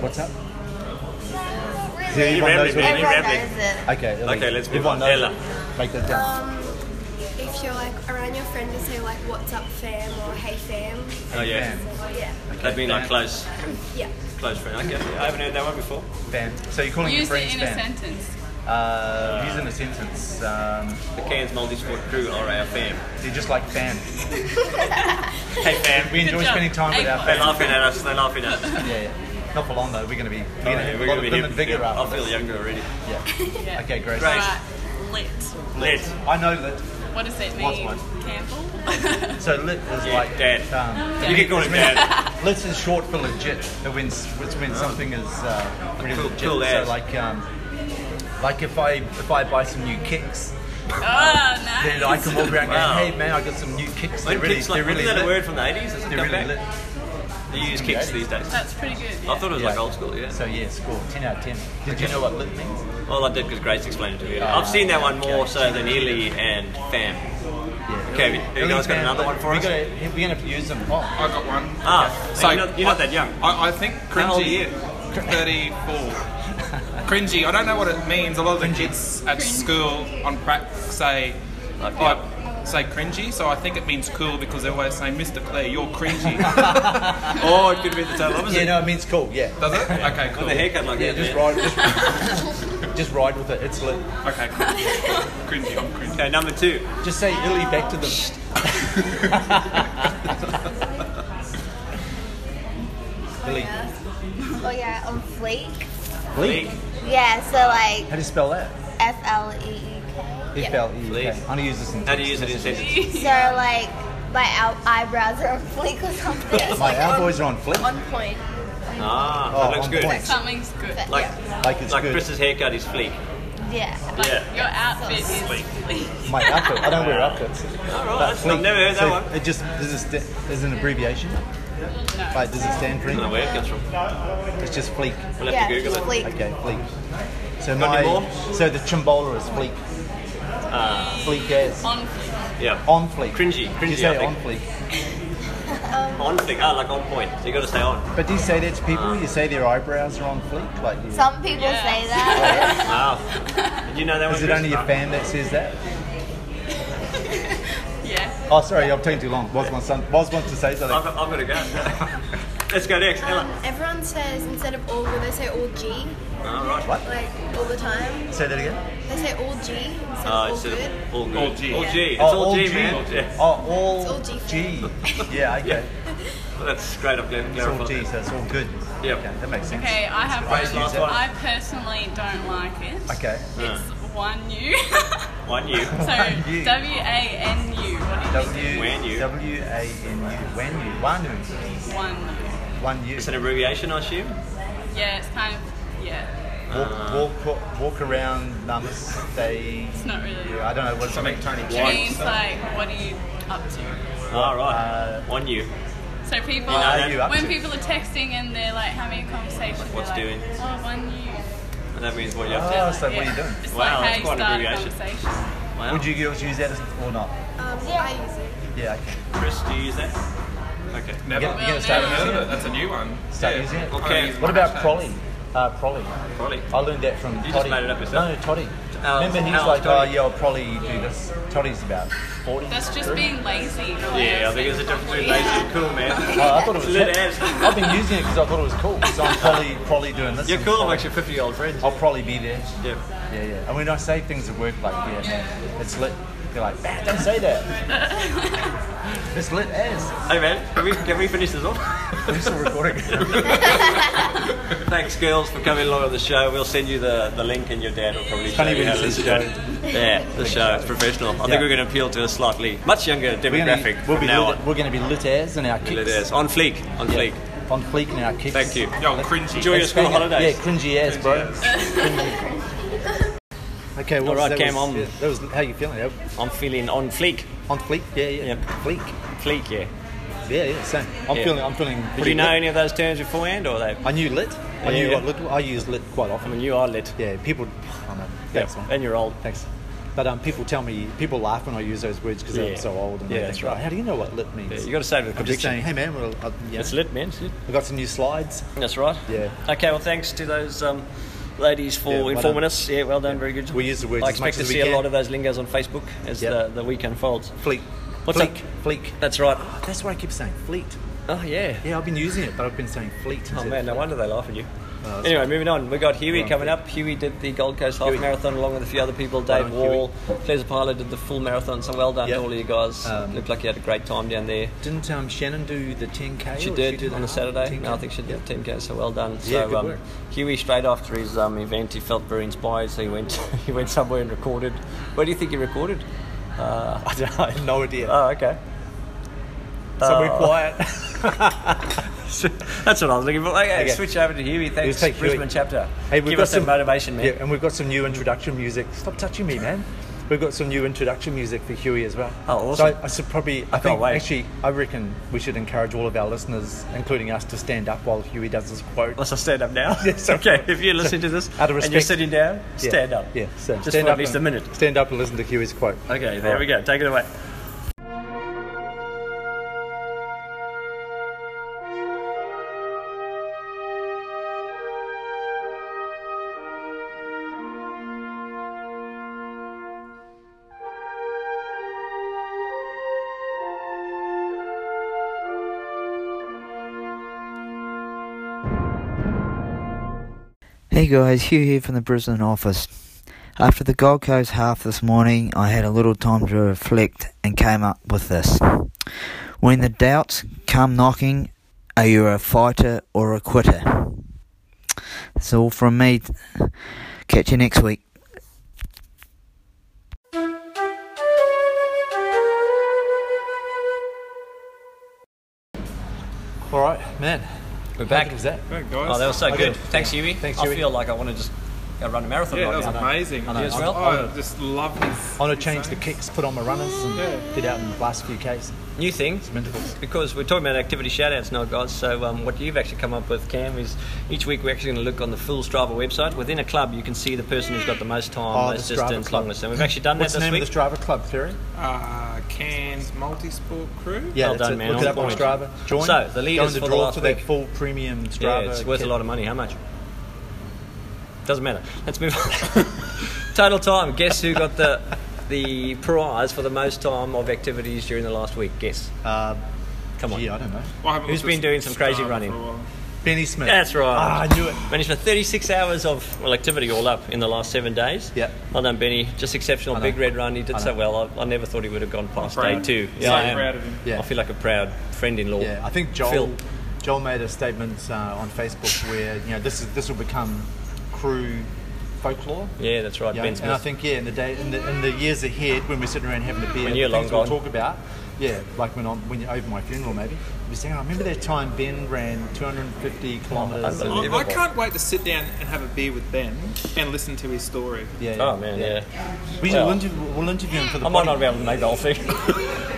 B: what's up?
G: Really?
B: So everyone
C: rambling,
B: knows what
C: man, you
B: it is?
G: Everyone
C: rambling.
G: knows it.
B: Okay, Ellie.
C: Okay, let's move
B: Everyone
C: on.
B: knows
C: Ella.
B: it. Break that down.
H: Um, if you're like around your friend, you say like "What's up, fam?" or "Hey, fam."
C: Oh yeah.
H: Yeah,
C: That'd be like close,
H: yeah.
C: close friend. Okay. I haven't heard that one before.
B: Fam. So you're calling
I: Use
B: your
I: it
B: friends
I: in a
B: fam?
I: sentence.
B: Uh, use it in a sentence. Um,
C: The Cairns Multisport Crew are our fam.
B: they're just like fam.
C: Hey fam.
B: We enjoy
I: job.
B: spending time with
I: Eight
B: our
C: They're
B: fam.
C: laughing at us. They're laughing at us.
B: Yeah, yeah. Not for long though. We're going to be we're
C: Oh,
B: going to
C: yeah,
B: have
C: we're
B: a lot
C: gonna
B: of
C: be
B: vim
C: hip.
B: and vigor
C: Yeah, I
B: after
C: feel
B: this.
C: younger already.
B: Yeah. Okay, great.
C: Great.
I: Right. Lit.
C: Lit.
B: I know lit.
I: What does that
B: What's
I: mean?
B: one?
I: Campbell?
B: So lit is
C: Yeah,
B: like
C: dad.
B: Um,
I: You
C: You can call him dad.
B: Lit is short for legit. It when it's when something is uh, really
C: Oh. Cool-
B: legit.
C: cool
B: so
C: ass.
B: like um, like if I if I buy some new kicks,
I: oh, nice.
B: then I can walk around
C: Wow.
B: going, hey man, I got some new kicks. They're
C: When
B: really,
C: kicks, like,
B: they're really
C: wasn't that a
B: lit.
C: word from the 80s? It's
B: They're
C: come
B: really
C: back.
B: lit.
C: They use kicks these days. I
I: That's pretty good. Yeah.
C: thought it was like old school, yeah.
B: So yeah, score ten out of ten. Did you know what lit means? Oh,
C: All I did because Grace explained it to me. I've seen that one more so than Ely and Fam.
B: Yeah.
C: Okay, have you guys got another one for
B: we
C: us?
B: Gotta, we're gonna have to use them. Oh,
D: I got one.
C: Ah, so you're not, you're not that young.
D: I, I think
C: How old are
D: cringy.
C: you?
D: 34. cringy. I don't know what it means. A lot of the kids at school on prac say, I say cringy, so I think it means cool because they always say, Mr. Clare, you're cringy.
C: Oh, it could be the total opposite.
B: yeah, no, it means cool. Yeah.
D: Does it? Okay, cool.
C: With a haircut like
B: Yeah,
C: that.
B: just
C: man.
B: ride, just, just ride with it. It's lit.
D: Okay, cool. cringy, I'm cringy.
C: Okay, number two.
B: Just say illy back to them. illy.
G: Oh yeah, on fleek.
B: Bleak.
G: Yeah, so like
B: How do you spell that?
G: F L E E K.
B: F L E.
C: Bleak.
B: Okay. I'm gonna use this in.
C: How do you use it in
B: text messages.
C: sentences?
G: So like my out- eyebrows are on fleek or something.
B: My elbows are on flip.
H: On point.
C: Ah,
B: Oh,
C: that looks
B: on
C: good.
B: point.
I: Something's good.
C: Like,
B: Like it's
C: like
B: good.
C: Chris's haircut is fleek.
G: Yeah.
I: Like,
C: Yeah.
I: Your outfit is
C: Sleek.
I: sleek.
B: My outfit. I don't wear outfits.
C: Alright, I've never heard
B: so
C: that one.
B: It just this is st- is an abbreviation. Like, does it stand for
C: I don't know
B: anything?
C: where it comes from.
B: It's just fleek.
C: We'll have
G: Yeah,
C: to Google
G: just
C: it.
G: fleek.
B: Okay, fleek.
C: Got
B: So my
C: any more? Uh,
B: so the chimbola is fleek. fleek as
I: On fleek.
C: Yeah.
B: on fleek.
C: Cringy,
B: Do
C: cringy.
B: you say
C: I
B: on
C: think.
B: fleek?
C: On fleek. Ah, like on point. So you got to stay on.
B: But do you say that to
C: Uh.
B: people? You say their eyebrows are on fleek, like you.
G: Some people
I: Yeah.
G: say
B: Oh,
G: that.
C: Wow. Did Ah. you know that one?
B: is it
C: Chris?
B: only your fan that says that?
I: Yeah.
B: Oh, sorry, I'm taking too long. Was my son was wants to say
C: I've
B: something.
C: got, I've got to go. Let's go next.
H: Um,
C: Ella.
H: everyone says instead of all, they say all G,
C: All right. What?
H: like all the time.
C: Say that again.
H: They say all G instead
C: Uh,
H: of all
C: instead
H: good.
C: of all good.
D: All G.
C: All G. It's
B: Oh,
C: all,
B: all
C: G,
B: G.
C: man. Yeah.
B: Oh, all,
H: It's all G.
B: G. yeah, okay.
C: Well, that's great. I've glad you
B: It's all
C: clarified
B: G,
C: that.
B: so it's all good.
C: Yep.
B: Okay, that makes sense.
I: Okay, I have
C: Alright, last
I: one.
C: one.
I: I personally don't like it.
B: Okay.
I: It's one U.
C: One Uh, you.
I: so
B: U.
I: W A N U. What do you
B: W
C: Wan Yu.
B: W A N U. Wan Yu. Wanu.
I: think? One U.
B: One U.
C: It's an abbreviation, I assume. Uh,
I: Yeah, it's kind of yeah.
B: Walk, walk, walk around Namaste.
I: It's not really.
B: Yeah, I don't know what it's
D: Something
B: like.
D: Tony
I: It
D: White.
I: means like what are you up to?
C: All right.
B: Uh,
C: One you.
I: So people
C: What are
I: are-
B: you up
I: when
B: to?
I: people are texting and they're like having a conversation, they're
C: What's
I: like,
C: doing?
I: Oh, one U.
C: And that means what you're up to.
B: Oh, so what are you doing?
I: It's like
C: Wow, that's
I: how you
C: quite an
I: start a
C: abbreviation.
I: conversation.
C: Wow.
B: Would you girls use that as, or not?
H: Um, I use it.
B: Yeah, okay.
C: Chris, do you use that? Okay.
D: Never.
B: You're
D: Never
B: gonna start
D: heard
B: using
D: of it.
B: it.
D: That's a new one.
B: Start
D: Yeah.
B: using it.
D: Can't
C: Okay.
D: use
B: What
D: my
B: about
D: hashtags.
B: Prolly? Uh, Prolly.
C: Probably.
B: I learned that from
C: You
B: Toddy.
C: just made it up yourself.
B: No, no, Toddy.
C: Al-
B: Remember, he's
C: Al's
B: like,
C: Toddy.
B: oh, yeah, I'll probably do this. Toddy's about 40.
I: That's just
B: three.
I: being lazy. not
C: Yeah, I think there's a
I: answering
C: difference between
I: properly.
C: lazy and cool, man.
B: Oh, I thought it
C: It's
B: was
C: lit
B: cool.
C: as.
B: I've been using it because I thought it was cool. So I'm probably, probably doing this.
C: You're
B: and
C: cool
B: probably-
C: amongst your 50 year old friends.
B: I'll probably be there.
C: Yeah.
B: Yeah, yeah. And when I say things at work, like, yeah, man, it's lit. They're like, man, don't say that. it's lit as.
C: Hey, man, can we, can we finish this off?
B: We're still recording.
C: Thanks, girls, for coming along on the show. We'll send you the, the link, and your dad will probably show
B: Funny
C: you
B: when
C: how
B: you
C: to
B: say
C: listen to it. Yeah, the show. It's professional. I
B: Yeah.
C: think we're going to appeal to a slightly much younger
B: We're
C: demographic
B: gonna, we'll
C: from
B: be
C: now
B: lit,
C: on.
B: we're going to be lit as in our kicks.
C: It is. On fleek. On
B: Yeah.
C: fleek.
B: On fleek in our kicks.
C: Thank you.
D: Yo, cringy.
C: Enjoy your school
B: Hang on.
C: holidays.
B: Yeah, cringy as, bro. Cringy. okay, well,
C: All right,
B: that
C: Cam,
B: was,
C: on.
B: yeah, that was how you feeling? Yeah,
C: I'm feeling on fleek.
B: On fleek? Yeah, yeah,
C: Yep.
B: Fleek.
C: Fleek, yeah.
B: Yeah, yeah, same. I'm
C: Yeah.
B: feeling, I'm feeling.
C: Did
B: pretty
C: you know
B: lit.
C: any of those terms beforehand, or they?
B: I knew lit.
C: Yeah,
B: I knew
C: yeah.
B: what lit. I use lit quite
C: I
B: often.
C: mean, you are lit.
B: Yeah, people. I don't know.
C: Yeah.
B: Thanks, man.
C: And you're old.
B: Thanks. But um, people tell me, people laugh when I use those words because
C: Yeah.
B: I'm so old. And
C: Yeah,
B: they think,
C: that's right.
B: "Oh, How do you know what lit means?
C: Yeah, you got to say it with
B: I'm just
C: conviction.
B: saying, hey man, we're, uh, yeah.
C: It's lit, man. It's lit.
B: We've got some new slides.
C: That's right.
B: Yeah.
C: Okay. Well, thanks to those um, ladies for
B: Yeah, well
C: informing
B: done.
C: us. Yeah. Well done. Very good.
B: We use the words
C: I
B: as much
C: expect to
B: as we
C: see
B: can.
C: a lot of those lingos on Facebook as
B: Yep.
C: the, the week unfolds.
B: Fleet.
C: What's
B: fleet?
C: up?
B: Fleet.
C: That's right.
B: That's what I keep saying. Fleet.
C: Oh yeah.
B: Yeah, I've been using it, but I've been saying fleet.
C: Oh
B: instead of
C: man, no
B: fleet.
C: wonder they laugh at you.
B: Oh, that's
C: anyway, moving on. We got Huey
B: Right.
C: coming up. Huey did the Gold Coast Half
B: Huey.
C: Marathon along with a few other people.
B: Well
C: Dave
B: done,
C: Wall, Cesar Pilot did the full marathon. So well done
B: Yep.
C: to all of you guys.
B: Um,
C: Looked like you had a great time down there.
B: Didn't um, Shannon do the 10k?
C: She
B: or
C: did
B: do the
C: on a
B: half?
C: Saturday.
B: 10K?
C: No, I think she did
B: Yep.
C: 10k. So well done.
B: Yeah,
C: so
B: good
C: um,
B: work.
C: Huey, straight after his um, event, he felt very inspired. So he went he went somewhere and recorded. Where do you think he recorded? Uh, I don't know.
B: No idea.
C: Oh, okay.
B: so we're
C: Oh.
B: quiet.
C: That's what I was looking for. Okay,
B: Okay.
C: switch over to Huey. Thanks,
B: Let's take Huey.
C: Brisbane chapter.
B: Hey, we've
C: Give
B: got
C: us some,
B: some-
C: motivation, man.
B: Yeah, and we've got some new introduction music. Stop touching me, man. We've got some new introduction music for Huey as well.
C: Oh, awesome.
B: So I, I should probably, I, think,
C: wait.
B: actually, I reckon we should encourage all of our listeners, including us, to stand up while Huey does his quote.
C: Unless I stand up now.
B: Yes,
C: okay,
B: okay.
C: if you're listening to this
B: Out of
C: and you're
B: respect-
C: sitting down,
B: Yeah,
C: stand up.
B: Yeah, so
C: Just
B: stand
C: for
B: up
C: at least a
B: and-
C: minute.
B: Stand up and listen to Huey's quote.
C: Okay, there we go. Take it away.
J: Hey guys, Hugh here from the Brisbane office. After the Gold Coast half this morning, I had a little time to reflect and came up with this. When the doubts come knocking, are you a fighter or a quitter? That's all from me. Catch you next week.
B: All right, man.
C: We're
B: How good was that?
D: Thank
C: Oh, that was so
B: Okay.
C: good. Thanks, Huey.
B: Thanks,
C: I
B: Huey.
C: feel like I want to just go run a marathon
D: Yeah,
C: right
D: that was
C: now.
D: amazing.
B: I know.
D: Yeah,
C: as well?
D: I just love his.
B: I want to change the
D: his-
B: kicks, put on my runners, and
D: Yeah.
B: get out in the last few Ks.
C: New thing,
B: intervals.
C: because we're talking about activity shoutouts now, guys. So, um, what you've actually come up with, Cam, is each week we're actually going to look on the full Strava website. Within a club, you can see the person who's got the most time,
B: Oh,
C: most
B: the Strava
C: distance,
B: club.
C: longest. And we've actually done
B: What's
C: that
B: the
C: this
B: name
C: week.
B: of the Strava Club, Terry?
D: Uh, Cairns Multisport Crew.
B: Yeah,
C: Well
B: that's
C: done,
B: it.
C: man.
B: Look it
C: On
B: up on
C: point.
B: Strava. Join.
C: So, the
B: Go
C: leaders
B: in the
C: for the
B: draw
C: last
B: for
C: week.
B: that full premium Strava.
C: Yeah, it's worth a
B: kit.
C: lot of money. How much? Doesn't matter. Let's move on. Total time. Guess who got the the prize for the most time of activities during the last week? Guess.
B: Uh,
C: Come on.
B: Gee, I don't know.
D: I haven't
C: Who's
D: looked at
C: been doing some crazy
D: Strava
C: running?
D: for a while.
B: Benny Smith.
C: That's right.
B: Ah, I knew it.
C: Benny's for 36 hours of well, activity all up in the last seven days. Yeah. Well done, Benny. Just exceptional.
B: I know.
C: Big red run. He did
B: I
C: so
B: know.
C: well. I, I never thought he would have gone past day
B: proud.
C: two.
B: So
C: I am.
B: proud of him. Yeah.
C: I feel like a proud friend-in-law.
B: Yeah, I think Joel
C: Phil.
B: Joel made a statement uh, on Facebook where you know this is this will become crew folklore.
C: Yeah, that's right.
B: You know,
C: ben
B: and I
C: Smith.
B: think yeah, in the day in the, in the years ahead when we're sitting around having a beer,
C: When
B: the
C: you're long
B: things we'll
C: gone.
B: talk about. Yeah, like when I'm when you're over my funeral maybe. We're saying, I remember that time Ben ran 250 kilometres.
C: Oh,
D: I, I can't wait to sit down and have a beer with Ben and listen to his story.
B: Yeah,
C: Oh man, yeah.
B: We should- we'll, interview, we'll interview him for the
C: I might
B: podcast.
C: not be able to make the whole thing.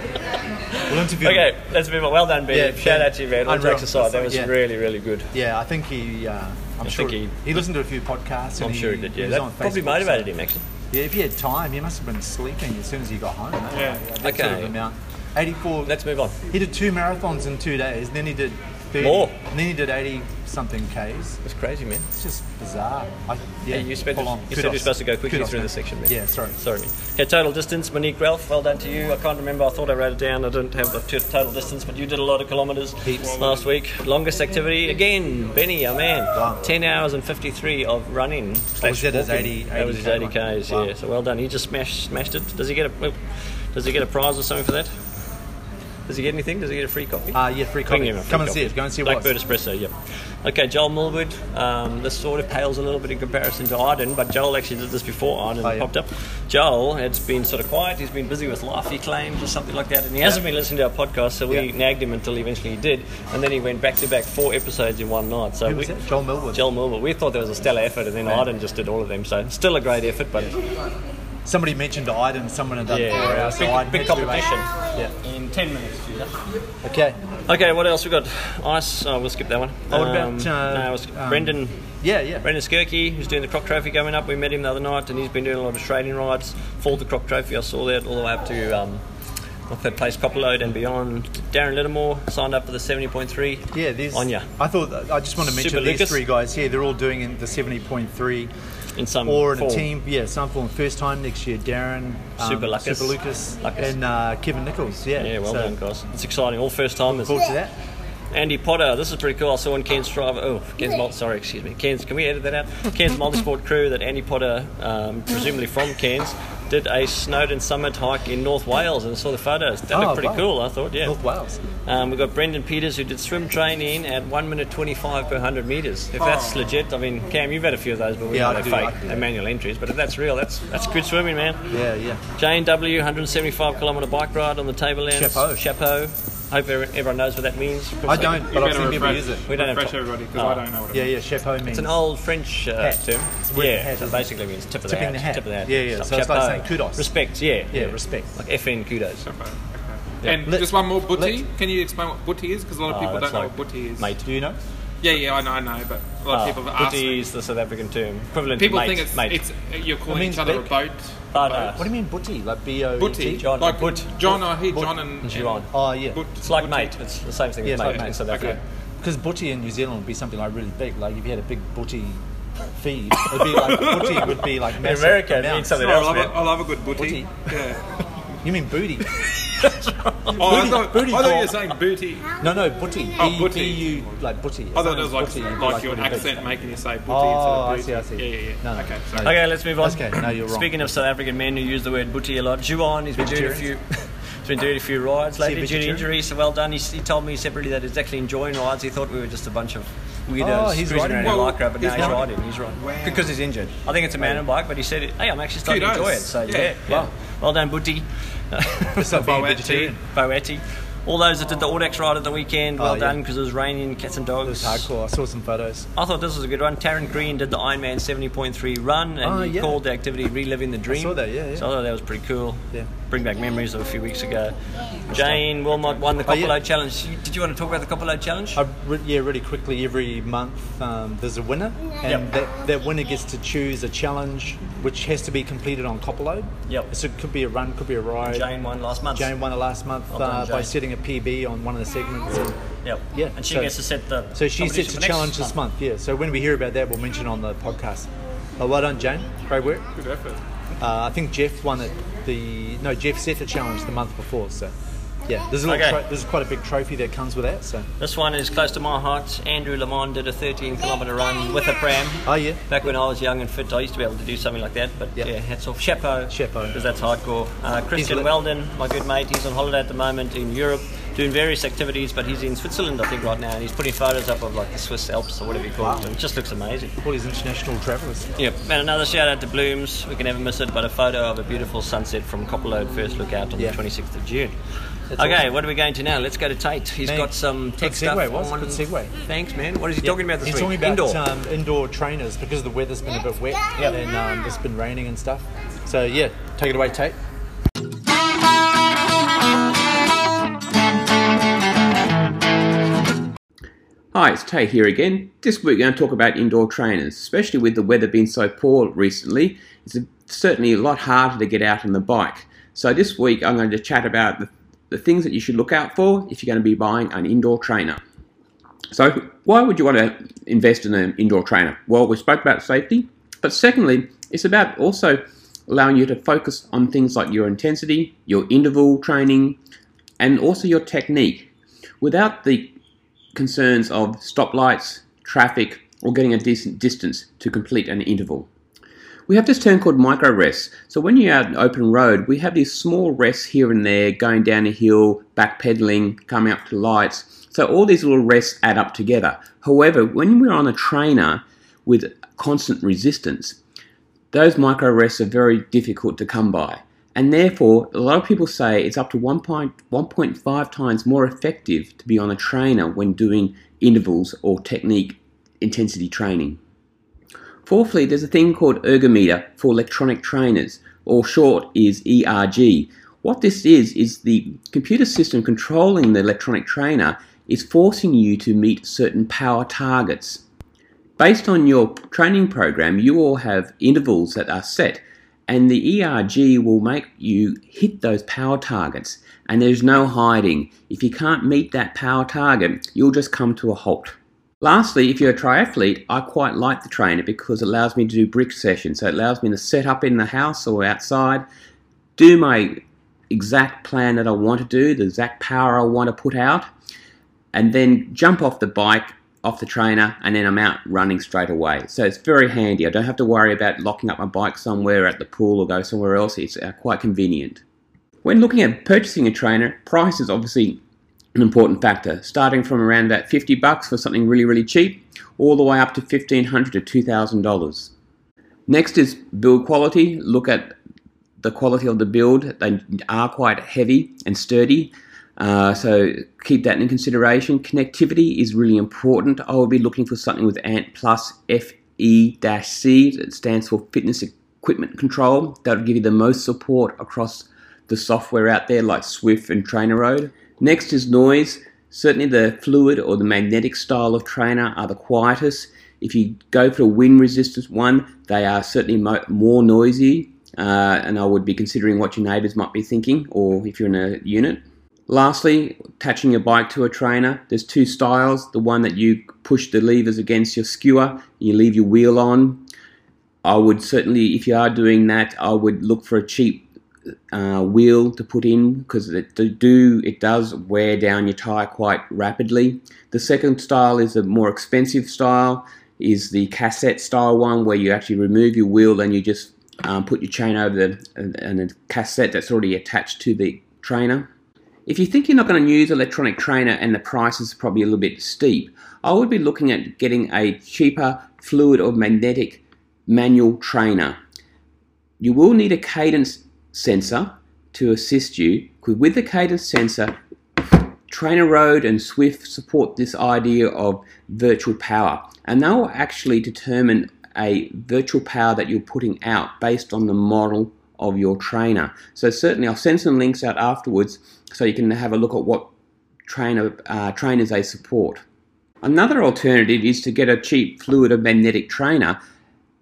B: We'll interview him.
C: okay, let's move on. Well done, Ben.
B: Yeah,
C: Shout
B: Ben.
C: out to you, man. All
B: Unreal.
C: jokes aside, that was
B: Yeah.
C: really, really good.
B: Yeah, I think he. Uh, I'm
C: I
B: sure
C: think
B: he,
C: he-
B: listened to a few podcasts.
C: I'm
B: and
C: sure he did, yeah.
B: was
C: That
B: on
C: probably
B: Facebook,
C: motivated
B: so-
C: him, actually.
B: Yeah, if he had time, he must have been sleeping as soon as he got home. eh?
D: Yeah.
B: that sort of
C: Okay.
B: amount. 84.
C: Let's move on.
B: He did two marathons in two days. Then he did 30,
C: More.
B: And then he did 80 something k's.
C: It's crazy, man.
B: It's just bizarre. I, yeah,
C: Hey, you spent-
B: full on.
C: you said
B: Kudos.
C: you're supposed to go quickly
B: Kudos,
C: through
B: man.
C: the section, man.
B: Yeah, sorry.
C: Sorry. Okay, total distance, Monique Ralph, well done to you. I can't remember, I thought I wrote it down. I didn't have the t- total distance, but you did a lot of kilometres last week. Longest activity, again, Benny, our man. 10 hours and 53 of running. slash
B: that his
C: walking.
B: 80
C: That was his
B: 80
C: 80
B: K one?
C: Ks, yeah. So well done. He just smashed, smashed it. Does he get a... Does he get a prize or something for that? Does he get anything? Does he get a free copy?
B: Uh, yeah, free
C: We can
B: copy.
C: give him a free
B: Come and
C: copy.
B: see it. Go and see what's.
C: Blackbird Espresso, yep. Okay, Joel Millwood. Um, this sort of pales a little bit in comparison to Arden, but Joel actually did this before Arden
B: Oh, yeah.
C: popped up. Joel has been sort of quiet. He's been busy with life, he claims, or something like that. And he hasn't been listening to our podcast, so we nagged him until eventually he did. And then he went back to back four episodes in one night. So
B: Who was
C: we,
B: that? Joel Millwood.
C: Joel Millwood. We thought there was a stellar effort, and then Arden just did all of them. So still a great effort, but
B: Somebody mentioned Iden. Someone had done
C: Yeah.
B: four hours. so
C: Big-
B: Iden
C: big
B: had to do eight.
C: competition.
B: Yeah.
C: in 10 minutes,
B: Okay.
C: Okay, what else we got? Ice. Oh, we'll skip that one.
B: Oh, what about, uh,
C: no, we'll skip-
B: um,
C: Brendan?
B: Yeah, yeah.
C: Brendan Skirky, who's doing the Croc Trophy coming up. We met him the other night, and he's been doing a lot of Australian rides for the Croc Trophy. I saw that all the way up to um, off that place, Copperload and beyond. Darren Littimore signed up for the 70.3.
B: Yeah, these.
C: Anya.
B: I thought I just want to mention
C: Super
B: these
C: Lucas.
B: three guys here. They're all doing in the seventy point three.
C: In some
B: or in a
C: form.
B: team, yeah, some form. First time next year, Darren,
C: Super Lucas.
B: Super Lucas,
C: Lucas.
B: and uh, Kevin Nichols. Yeah,
C: Yeah, well
B: so,
C: done, guys. It's exciting. All first timers.
B: Forward to that.
C: Andy Potter, this is pretty cool. I saw in Ken's driver. Oh, Ken's Mul- sorry, excuse me. Ken's, can we edit that out? Ken's multisport crew that Andy Potter, um, presumably from Cairns, did a Snowden summit hike in North Wales, and I saw the photos. That
B: Oh,
C: looked pretty
B: wow.
C: cool. I thought, yeah.
B: North Wales.
C: Um, we've got Brendan Peters who did swim training at 1 minute 25 per 100 metres. If that's
B: Oh.
C: legit, I mean, Cam, you've had a few of those, but we
B: Yeah, I
C: know they're
B: do, I
C: fake,
B: do.
C: they're manual entries. But if that's real, that's that's good swimming, man.
B: Yeah, yeah.
C: Jane W, 175 kilometre bike ride on the Tablelands.
B: Chapeau.
C: Chapeau. Hope every- everyone knows what that means.
B: I don't, but I've seen people
D: refresh-
B: use it.
C: We don't have
D: refresh
C: top.
D: everybody because
C: Oh.
D: I don't know what it
B: Yeah,
D: means.
B: yeah. Chapeau means
C: It's an old French uh,
B: Hat.
C: term.
B: It's with
C: Yeah,
B: the hat,
C: so
B: isn't it?
C: basically means tip of the
B: Tipping
C: hat.
B: the hat.
C: Tip of the hat.
B: Yeah, yeah,
C: Stuff.
B: so it's like
C: Chapeau.
B: saying kudos.
C: Respect, yeah.
B: Yeah, respect.
C: Like FN kudos. Yeah.
D: And just one more butty. Can you explain what butty is? Because a lot of
C: Oh,
D: people don't
C: that's
D: know
C: like
D: what butty is.
C: Mate. Oh,
B: Do you know?
D: Yeah, yeah, I know, I know, but a lot of people have asked
C: Butty
D: me.
C: is the South African term. Equivalent
D: People
C: to mate.
D: think it's,
C: mate.
D: it's uh, you're calling
B: means
D: each other
B: big.
D: a boat.
C: But,
D: boat.
C: uh,
B: Oh, What do you mean butty? Like B O U
D: Butty,
B: T?
C: John,
D: like
C: but-
D: John, I hear John and, and
C: John.
B: Oh yeah.
D: But-
C: It's like
D: Butty.
C: mate. It's the same thing
B: Yeah,
C: as
B: it's
C: mate,
B: like mate.
C: in South Africa.
D: Okay.
B: Because butty in New Zealand would be something like really big. Like if you had a big butty feed, it'd be like butty would be like
C: In
B: massive
C: America, it means
B: amounts.
C: something
D: Oh, I,
C: else,
D: love a,
C: man.
D: I love a good booty.
B: Butty.
D: Yeah.
B: You mean booty?
D: Oh, I thought,
B: booty
D: I thought you
B: call.
D: were saying booty.
B: No, no, booty.
D: Oh,
B: B-
D: booty.
B: B-U, like butty.
D: I thought it was like,
B: Butty,
D: like, your
B: really big.
D: accent making you say booty
B: Oh, I see,
D: instead
B: I
D: of booty.
B: see.
D: Yeah, yeah, yeah.
B: No, no,
D: okay,
B: no.
D: sorry.
C: Okay, let's move on.
B: Okay, no, you're wrong.
C: Speaking of South African men who use the word butty a lot, Juan, he's been doing a few.
B: Vegetarian?
C: He's been doing a few rides
B: he
C: lately due to
B: vegetarian?
C: injury, so well done. He, he told me separately that he's actually enjoying rides. He thought we were just a bunch of weirdos
B: Oh, he's
C: cruising
B: riding
C: around
D: well.
C: in lycra, but
B: He's
C: now he's
B: riding.
C: riding. He's riding because he's injured. I think it's a mountain bike, but he said, "Hey, I'm actually starting to
D: Kudos.
C: enjoy it." So yeah,
D: Yeah.
C: yeah.
B: Wow.
C: well done, butty.
B: So being
D: Boetti.
B: vegetarian.
C: Boetti. All those that did the Audax ride at the weekend, well done
B: Oh,
C: 'cause
B: yeah.
C: done, because it was raining, cats and dogs.
B: It was hardcore. I saw some photos.
C: I thought this was a good one. Taryn Green did the Ironman 70.3 run, and
B: Oh,
C: he
B: yeah.
C: called the activity "Reliving the Dream."
B: saw that, yeah, yeah.
C: So I thought that was pretty cool.
B: Yeah.
C: Bring back memories of a few weeks ago. Jane Wilmot won the
B: Oh, yeah.
C: Copperload Challenge. You- Did you want to talk about the Copperload Challenge?
B: I re- yeah, really quickly, every month um, there's a winner, and
C: Yep.
B: that, that winner gets to choose a challenge which has to be completed on Copperload.
C: Yep.
B: So it could be a run, could be a ride.
C: Jane won last month.
B: Jane won it last month
C: Well
B: uh,
C: done,
B: by
C: Jane.
B: setting a PB on one of the segments. and-
C: Yep.
B: Yeah,
C: And she
B: so-
C: gets to set the.
B: so she
C: competition
B: sets
C: for
B: a
C: next
B: challenge this month, yeah. So when we hear about that, we'll mention on the podcast. Oh, well done, Jane. Great work.
D: Good effort.
B: Uh, I think Jeff won it the. No, Jeff set a challenge the month before, so Yeah, there's a little
C: Okay.
B: tro- there's quite a big trophy that comes with that. So
C: This one is close to my heart. Andrew Lamont did a 13 kilometre run with a pram.
B: Oh, yeah.
C: Back when I was young and fit, I used to be able to do something like that. But yeah, hats off. Chapeau. Chapeau. Because that's hardcore. Uh, Christian
B: lit.
C: Weldon, my good mate, he's on holiday at the moment in Europe doing various activities, but he's in Switzerland, I think, right now. And he's putting photos up of like the Swiss Alps or whatever you call it. It just looks amazing.
B: all these international travellers.
C: Yep. And another shout out to Blooms. We can never miss it, but a photo of a beautiful sunset from Copperload First Lookout on
B: Yeah.
C: the 26th of June.
B: That's
C: okay,
B: awesome.
C: what are we going to now? Let's go to Tate. He's
B: Man,
C: got some tech
B: good
C: stuff.
B: segue, was
C: on-
B: good segue.
C: Thanks, man. What is he
B: Yeah.
C: talking about this
B: He's
C: week?
B: talking about
C: Indoor.
B: Um, indoor trainers because the weather's been a bit wet and um, it's been raining and stuff. So yeah, take it away, Tate.
K: Hi, it's Tay here again. This week we're going to talk about indoor trainers, especially with the weather being so poor recently. It's certainly a lot harder to get out on the bike. So this week I'm going to chat about the, the things that you should look out for if you're going to be buying an indoor trainer. So why would you want to invest in an indoor trainer? Well, we spoke about safety, but secondly, it's about also allowing you to focus on things like your intensity, your interval training, and also your technique. Without the concerns of stoplights, traffic, or getting a decent distance to complete an interval. We have this term called micro rests. So when you're out on an open road, we have these small rests here and there, going down a hill, backpedaling, coming up to lights. So all these little rests add up together. However, when we're on a trainer with constant resistance, those micro rests are very difficult to come by. And therefore, a lot of people say it's up to 1 point- 1.5 times more effective to be on a trainer when doing intervals or technique intensity training. Fourthly, there's a thing called ergometer for electronic trainers, or short is ERG. What this is, is the computer system controlling the electronic trainer is forcing you to meet certain power targets. Based on your training program, you all have intervals that are set, and the ERG will make you hit those power targets. And there's no hiding. If you can't meet that power target, you'll just come to a halt. Lastly, if you're a triathlete, I quite like the trainer because it allows me to do brick sessions. So it allows me to set up in the house or outside, do my exact plan that I want to do, the exact power I want to put out, and then jump off the bike, off the trainer, and then I'm out running straight away. So it's very handy. I don't have to worry about locking up my bike somewhere at the pool or go somewhere else. It's uh, quite convenient. When looking at purchasing a trainer, price is obviously an important factor, starting from around about 50 bucks for something really, really cheap, all the way up to 1500 to $2,000. Next is build quality. Look at the quality of the build. They are quite heavy and sturdy, uh, so keep that in consideration. Connectivity is really important. I will be looking for something with Ant Plus E FE-C. It stands for Fitness Equipment Control. That'll give you the most support across the software out there, like Swift and Trainer Road. Next is noise. Certainly, the fluid or the magnetic style of trainer are the quietest. If you go for a wind resistance one, they are certainly mo- more noisy, uh, and I would be considering what your neighbours might be thinking, or if you're in a unit. Lastly, attaching your bike to a trainer, there's two styles. The one that you push the levers against your skewer, you leave your wheel on, I would certainly, if you are doing that, I would look for a cheap uh, wheel to put in because it do- do it does wear down your tire quite rapidly. The second style is a more expensive style, is the cassette style one where you actually remove your wheel and you just um, put your chain over the and, and a cassette that's already attached to the trainer. If you think you're not going to use electronic trainer and the price is probably a little bit steep, I would be looking at getting a cheaper fluid or magnetic manual trainer. You will need a cadence sensor to assist you because with the cadence sensor, Trainer Road and Swift support this idea of virtual power, and they will actually determine a virtual power that you're putting out based on the model of your trainer. So certainly, I'll send some links out afterwards so you can have a look at what trainer uh, trainers they support. Another alternative is to get a cheap fluid or magnetic trainer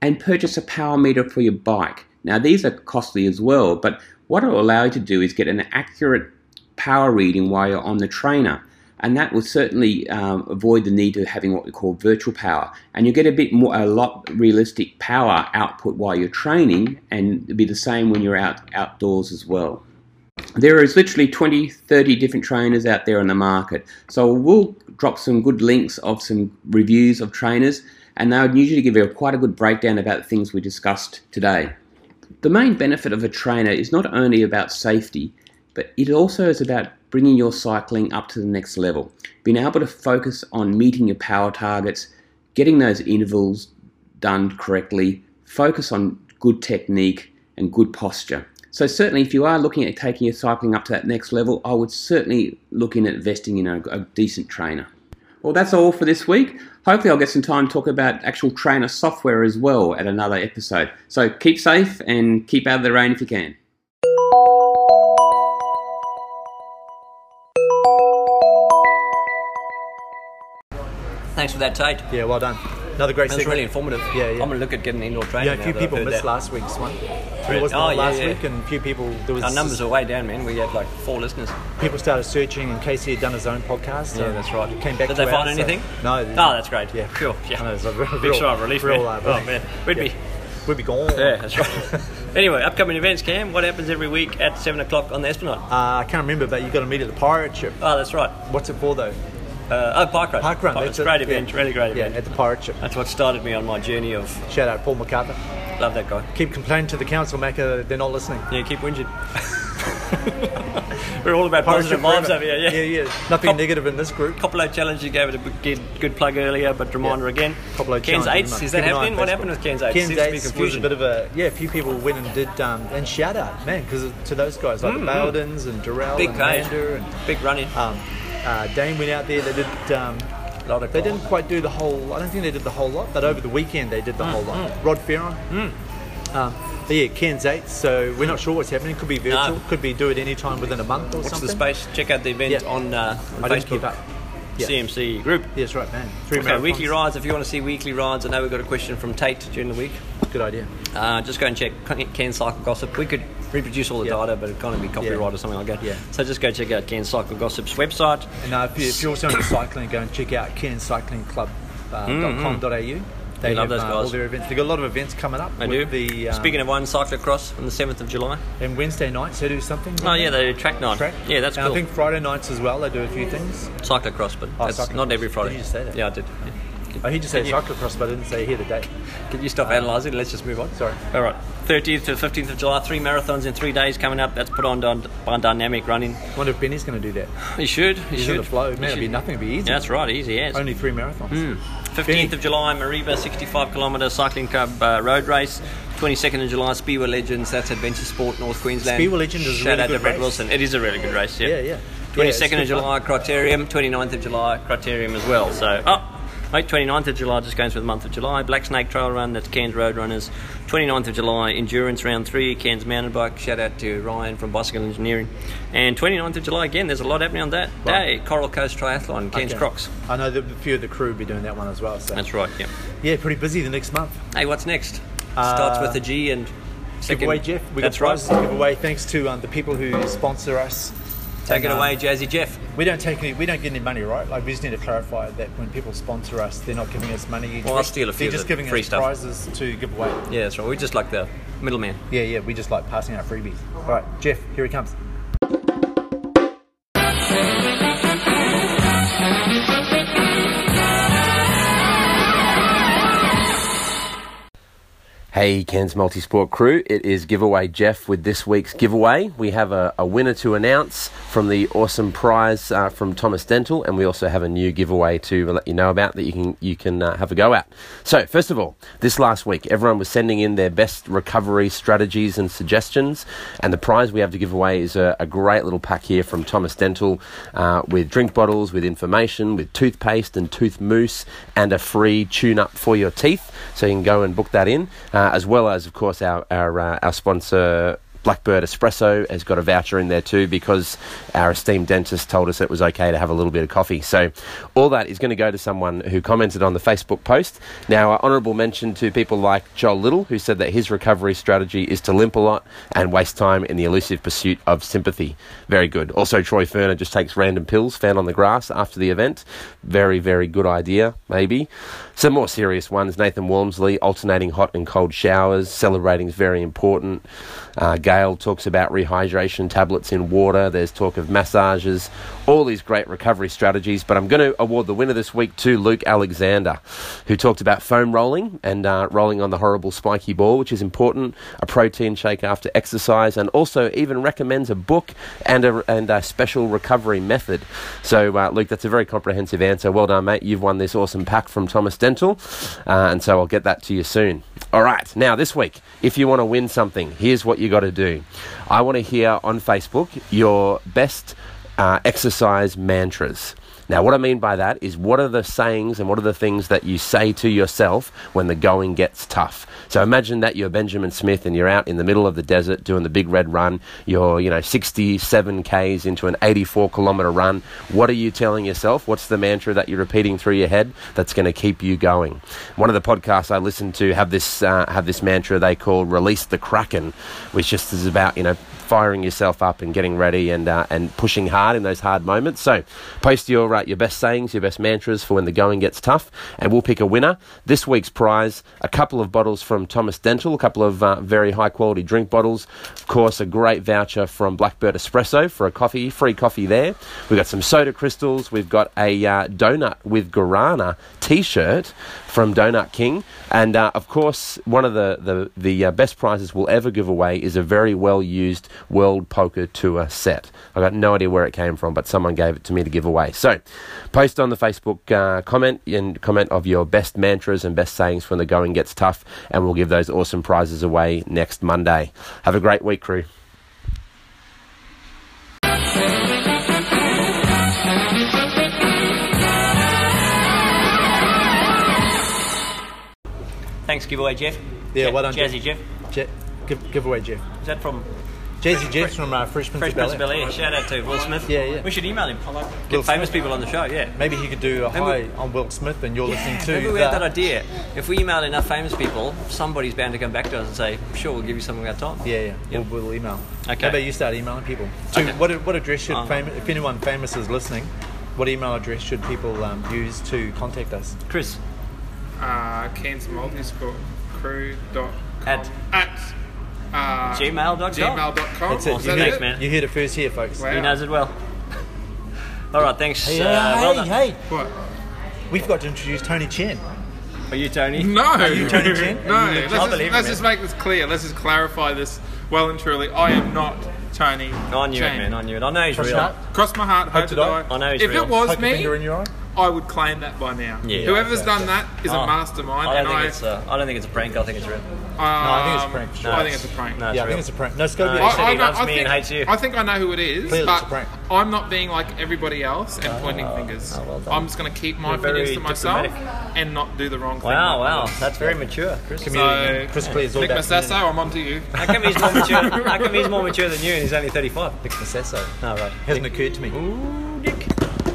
K: and purchase a power meter for your bike. Now, these are costly as well, but what it will allow you to do is get an accurate power reading while you're on the trainer, and that will certainly um, avoid the need of having what we call virtual power. And you get a bit more, a lot realistic power output while you're training, and it'll be the same when you're out outdoors as well. There is literally 20, 30 different trainers out there on the market. So we'll drop some good links of some reviews of trainers, and they would usually give you quite a good breakdown about the things we discussed today. The main benefit of a trainer is not only about safety, but it also is about bringing your cycling up to the next level, being able to focus on meeting your power targets, getting those intervals done correctly, focus on good technique and good posture. So certainly, if you are looking at taking your cycling up to that next level, I would certainly look in at investing in a, a decent trainer. Well, that's all for this week. Hopefully, I'll get some time to talk about actual trainer software as well at another episode. So keep safe and keep out of the rain if you can.
C: Thanks for that, Tate.
B: Yeah, well done. Another great
C: That was
B: segment.
C: really informative.
B: Yeah, yeah.
C: I'm going to look at getting indoor training.
B: Yeah, a
C: now
B: few
C: that I've
B: people
C: heard
B: missed
C: that.
B: last week's one.
C: Right.
B: It wasn't
C: Oh,
B: on
C: yeah,
B: last
C: yeah.
B: week, and few people there was
C: Our numbers are way down, man. We had like four listeners.
B: People started searching, and Casey had done his own podcast.
C: Yeah,
B: and
C: that's right.
B: Came back.
C: Did they
B: to
C: find
B: ours,
C: anything?
B: no.
C: Oh, that's great. Yeah, cool. Yeah,
B: I know, it's a real,
C: big
B: real-
C: sigh of relief,
B: real,
C: man.
B: uh,
C: Oh man, we'd be.
B: We'd be gone.
C: Yeah, that's right. anyway, upcoming events, Cam. What happens every week at seven o'clock on the Esplanade?
B: Uh, I can't remember, but you got to meet at the pirate ship.
C: Oh, that's right.
B: What's it for though?
C: Uh, oh, Park Run.
B: Park Run,
C: It's
B: that's
C: a
B: it,
C: great
B: yeah.
C: event. Really great event.
B: Yeah, at the pirate ship.
C: That's what started me on my journey of.
B: Shout out Paul McCarthy.
C: Love that guy.
B: Keep complaining to the council, Macca. They're not listening.
C: Yeah, keep whinging. We're all about
B: Pirate
C: positive
B: ship
C: vibes
B: forever.
C: over here. Yeah,
B: yeah, yeah. Nothing negative in this group.
C: Coppola Challenge, you gave it a b- good, good plug earlier, but reminder again.
B: Coppola
C: Cairns
B: Challenge,
C: Eights,
B: isn't it?
C: is that
B: Keep an eye on
C: happening? What
B: Facebook.
C: happened with Cairns Eights?
B: Cairns
C: Seems to be
B: Eights was a
C: confusion.
B: bit of a Uh, yeah. A few people went and did um, and shout out man because to those guys like
C: Mm,
B: the
C: mm.
B: Bowdens and Durrell
C: Big
B: and
C: cage.
B: Lander and
C: big running.
B: Um, uh, Dane went out there. They did. Um, they didn't quite do the whole. I don't think they did the whole lot, but over the weekend they did the whole lot.
C: Mm-hmm.
B: Rod Ferron. Um, but yeah, Cairns Eights. So we're not sure what's happening. Could be virtual.
C: No.
B: Could be do it any time within a month or
C: What's
B: something.
C: the space? Check out the event on, uh, on
B: I didn't
C: Facebook.
B: keep up. Yeah.
C: CMC group.
B: Yes, right, man. Three
C: Okay,
B: marathons.
C: weekly rides. If you want to see weekly rides, I know we got a question from Tate during the week.
B: Good idea.
C: Uh, just go and check Ken Ken Cycle Gossip. We could reproduce all the data, but it'd kind of be copyright or something like that. Yeah. So just go check out Ken Cycle Gossip's website.
B: And uh, if, you, if you're also into cycling, go and check out cairnscyclingclub.com.au. Uh, .com.au. they
C: Mm-hmm. We love
B: have
C: those
B: uh,
C: guys.
B: all their events. They've got a lot of events coming up.
C: I do.
B: with The, um,
C: Speaking of one, Cyclocross on the 7th of July.
B: and Wednesday nights they do something.
C: Oh, yeah, they do track night.
B: Track.
C: Yeah, that's
B: and
C: cool.
B: I think Friday nights as well. They do a few things.
C: Cyclocross, but
B: Oh,
C: that's
B: cyclocross.
C: not every Friday.
B: Did you just say that?
C: Yeah, I did. Yeah.
B: Oh, he just
C: Can
B: said
C: you-
B: cyclocross, but I didn't say here the date. Uh,
C: Can you stop analysing? Let's just move on.
B: Sorry.
C: All right, 30th to 15th of July, three marathons in three days coming up. That's put on dyn- by Dynamic Running.
B: wonder if Benny's going to do that.
C: He should. He
B: He's
C: should.
B: in the flow.
C: He
B: Man, it'd be
C: should.
B: nothing. It'd be easy.
C: Yeah, that's right. Easy as.
B: Only three marathons.
C: 15th of July, Mariba 65 kilometre cycling club uh, road race. 22nd of July, Speedway Legends. That's Adventure Sport, North Queensland.
B: Speedway Legends is a
C: Shout
B: really
C: out to
B: good
C: Brett
B: race.
C: Wilson. It is a really good race. Yeah,
B: Yeah, yeah. Yeah, it's
C: 22nd of
B: good
C: July, Criterium. 29th of July, Criterium as well. So, oh, mate, 29th of July just goes with the month of July. Black Snake Trail Run. That's Cairns Road Runners. 29th of July, Endurance Round Three, Cairns Mountain Bike. Shout out to Ryan from Bicycle Engineering. And 29th of July again. There's a lot happening on that
B: Right.
C: day. Coral Coast Triathlon, Cairns
B: Okay.
C: Crocs.
B: I know that a few of the crew will be doing that one as well. So
C: That's right. Yeah.
B: yeah, pretty busy the next month.
C: Hey, what's next?
B: Uh,
C: Starts with a G and second.
B: Giveaway, Jeff. We
C: That's
B: got prizes to
C: right.
B: give away. Thanks to um, the people who sponsor us.
C: Take
B: And,
C: it
B: um,
C: away, Jazzy Jeff.
B: We don't take any. We don't get any money, right? Like we just need to clarify that when people sponsor us, they're not giving us money.
C: Well, I'll steal a few
B: They're
C: of
B: just
C: the
B: giving
C: free
B: us
C: stuff.
B: prizes to give away.
C: Yeah, that's right. We just like the middleman.
B: Yeah, yeah. We just like passing out freebies. All right, Jeff. Here he comes.
L: Hey, Cairns Multisport crew, it is giveaway Jeff with this week's giveaway. We have a, a winner to announce from the awesome prize uh, from Thomas Dental, and we also have a new giveaway to let you know about that you can you can uh, have a go at. So, first of all, this last week, everyone was sending in their best recovery strategies and suggestions, and the prize we have to give away is a, a great little pack here from Thomas Dental uh, with drink bottles, with information, with toothpaste and tooth mousse, and a free tune up for your teeth. So you can go and book that in, uh, as well as, of course, our our, uh, our sponsor. Blackbird Espresso has got a voucher in there too because our esteemed dentist told us it was okay to have a little bit of coffee. So, all that is going to go to someone who commented on the Facebook post. Now, uh, honourable mention to people like Joel Little, who said that his recovery strategy is to limp a lot and waste time in the elusive pursuit of sympathy. Very good. Also, Troy Ferner just takes random pills found on the grass after the event. Very, very good idea, maybe. Some more serious ones Nathan Walmsley, alternating hot and cold showers, celebrating is very important. Uh, Gay Gail talks about rehydration tablets in water. There's talk of massages, all these great recovery strategies. But I'm going to award the winner this week to Luke Alexander, who talked about foam rolling and uh, rolling on the horrible spiky ball, which is important, a protein shake after exercise, and also even recommends a book and a, and a special recovery method. So, uh, Luke, that's a very comprehensive answer. Well done, mate. You've won this awesome pack from Thomas Dental, uh, and so I'll get that to you soon. All right, now this week, if you want to win something, here's what you got to do. I want to hear on Facebook your best uh, exercise mantras. Now, what I mean by that is what are the sayings and what are the things that you say to yourself when the going gets tough? So imagine that you're Benjamin Smith and you're out in the middle of the desert doing the big red run. You're, you know, 67 Ks into an 84 kilometer run. What are you telling yourself? What's the mantra that you're repeating through your head that's going to keep you going? One of the podcasts I listened to have this, uh, have this mantra they call Release the Kraken, which just is about, you know, firing yourself up and getting ready and uh, and pushing hard in those hard moments. So, post your uh, your best sayings, your best mantras for when the going gets tough, and we'll pick a winner. This week's prize: a couple of bottles from Thomas Dental, a couple of uh, very high quality drink bottles. Of course, a great voucher from Blackbird Espresso for a coffee, free coffee there. We've got some soda crystals. We've got a uh, donut with guarana T-shirt from Donut King, and uh, of course, one of the the the uh, best prizes we'll ever give away is a very well used World Poker Tour set. I got no idea where it came from, but someone gave it to me to give away. So, post on the Facebook uh, comment and comment of your best mantras and best sayings when the going gets tough, and we'll give those awesome prizes away next Monday. Have a great week, crew.
C: Thanks, giveaway, Jeff.
B: Yeah,
C: Ja-
B: well done,
C: Jazzy Jeff.
B: Je- give, giveaway, Jeff.
C: Is that from
B: Jazzy Jeff's from uh, Freshman
C: Fresh Prince of Bel Air? Shout out to Will Smith.
B: Yeah, yeah.
C: We should email him. Get famous people on the show. Yeah.
B: Maybe he could do a
C: Remember-
B: hi on Will Smith and you're listening
C: Maybe
B: to uh,
C: we had that idea. If we email enough famous people, somebody's bound to come back to us and say, "Sure, we'll give you something about time."
B: Yeah, yeah. We'll, we'll email.
C: Okay.
B: How about you start emailing people? To
C: Okay.
B: what, what address should
C: Um,
B: fam- if anyone famous is listening, what email address should people um, use to contact us?
C: Chris.
D: Uh, cancer underscore crew dot
C: at
D: at uh,
C: gmail.com.
D: gmail.com.
B: That's it.
D: Is
B: You
D: that it?
B: heard it, You heard it first here, folks.
D: Wow. He knows
C: it well. All right, thanks.
B: Hey,
C: uh, well done.
B: hey, hey.
D: What?
B: We've got to introduce Tony Chen.
C: Are you Tony?
D: No,
B: Are you Tony Chen?
D: no. Let's, just, let's just make this clear. Let's just clarify this well and truly. I am not Tony.
C: I knew it,
D: Chen.
C: man. I knew it. I know he's
D: Cross
C: real.
D: your heart. Cross my heart. Hope to die.
C: I know he's
D: if
C: real.
D: it was
C: Poke a
D: me,
C: finger in
B: your eye?
D: I would claim that by now.
C: Yeah.
D: Whoever's
C: Yeah.
D: done that is
C: Oh.
D: a mastermind,
C: I don't
D: and
C: think
D: I.
C: it's a. I don't think it's a prank. I think it's real.
D: Um,
B: I think it's a prank, for sure.
D: I think it's a prank.
C: No, it's
B: Yeah, I
C: real.
B: think it's a prank. No, it's gotta be
C: he
B: a-
C: said
D: I
C: he
D: know-
C: loves
D: I
C: me
D: think-
C: and hates you.
D: I think I know who it is,
C: Clearly it's a
D: but
C: prank. Ah,
D: I'm not being like everybody else and pointing fingers. I'm just going to keep my
C: You're very
D: opinions to myself and not do the wrong thing.
C: Wow, wow, that's very mature, Chris. Community.
D: So,
C: Chris Clear is all
D: Nick
C: about
D: Massasso, I'm on to you.
C: How come he's more mature? How come he's more mature than you and he's only 35?
B: Nick Massasso.
C: Oh, right.
B: Hasn't occurred to me.
C: Ooh,
B: Could be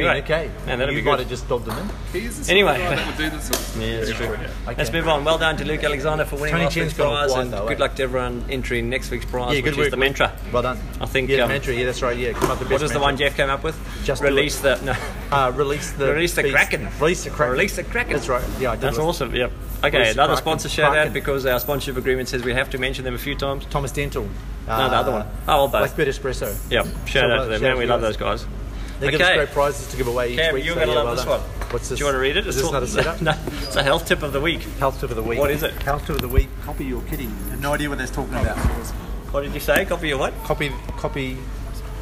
C: Anyway.
B: Nick A.
C: Man, that'd
B: you
C: be
B: might
C: good.
B: have just dobbed him in.
D: He's the
C: Anyway.
D: sort of guy that would do this sort of-
C: Yeah, that's true.
B: Okay.
C: Let's move on. Well done to Luke Alexander for winning
B: Tony
C: last week's
B: Chen's gone
C: prize,
B: blind,
C: and
B: though,
C: good
B: eh?
C: luck to everyone entering next week's prize,
B: Yeah,
C: which
B: good
C: is
B: work,
C: the
B: mate.
C: mantra.
B: Well done.
C: I think.
B: Yeah, the
C: um,
B: mantra. Yeah, that's right. Yeah, come up the best.
C: What is the
B: mantra.
C: one Jeff came up with?
B: Just do
C: release the no.
B: Uh, release the
C: Release the
B: beast.
C: Kraken.
B: Release the Kraken.
C: Release the Kraken.
B: That's right. Yeah, I did.
C: That's
B: listen.
C: awesome. Yep. Okay,
B: Release the
C: another
B: Kraken.
C: sponsor shout out
B: Kraken.
C: because our sponsorship agreement says we have to mention them a few times.
B: Thomas Dental.
C: no, the other one. Oh, well, both.
B: Blackbird Espresso.
C: Yep.
B: So
C: Shout out
B: well,
C: to them.
B: shout
C: Man,
B: out
C: we
B: to
C: love
B: you
C: those
B: guys.
C: guys.
B: They give us
C: Okay.
B: great prizes to give away each
C: Cam,
B: week.
C: you're
B: so
C: gonna
B: yeah,
C: love
B: well
C: this
B: done.
C: one.
B: What's this?
C: Do you want to read it?
B: Is
C: It's
B: this
C: all-
B: not a setup?
C: no, it's a health tip of the week.
B: Health tip of the week.
C: What is it?
B: Health tip of the week. Copy your kitty. I have no idea what that's talking about.
C: What did you say? Copy your what?
B: Copy, copy,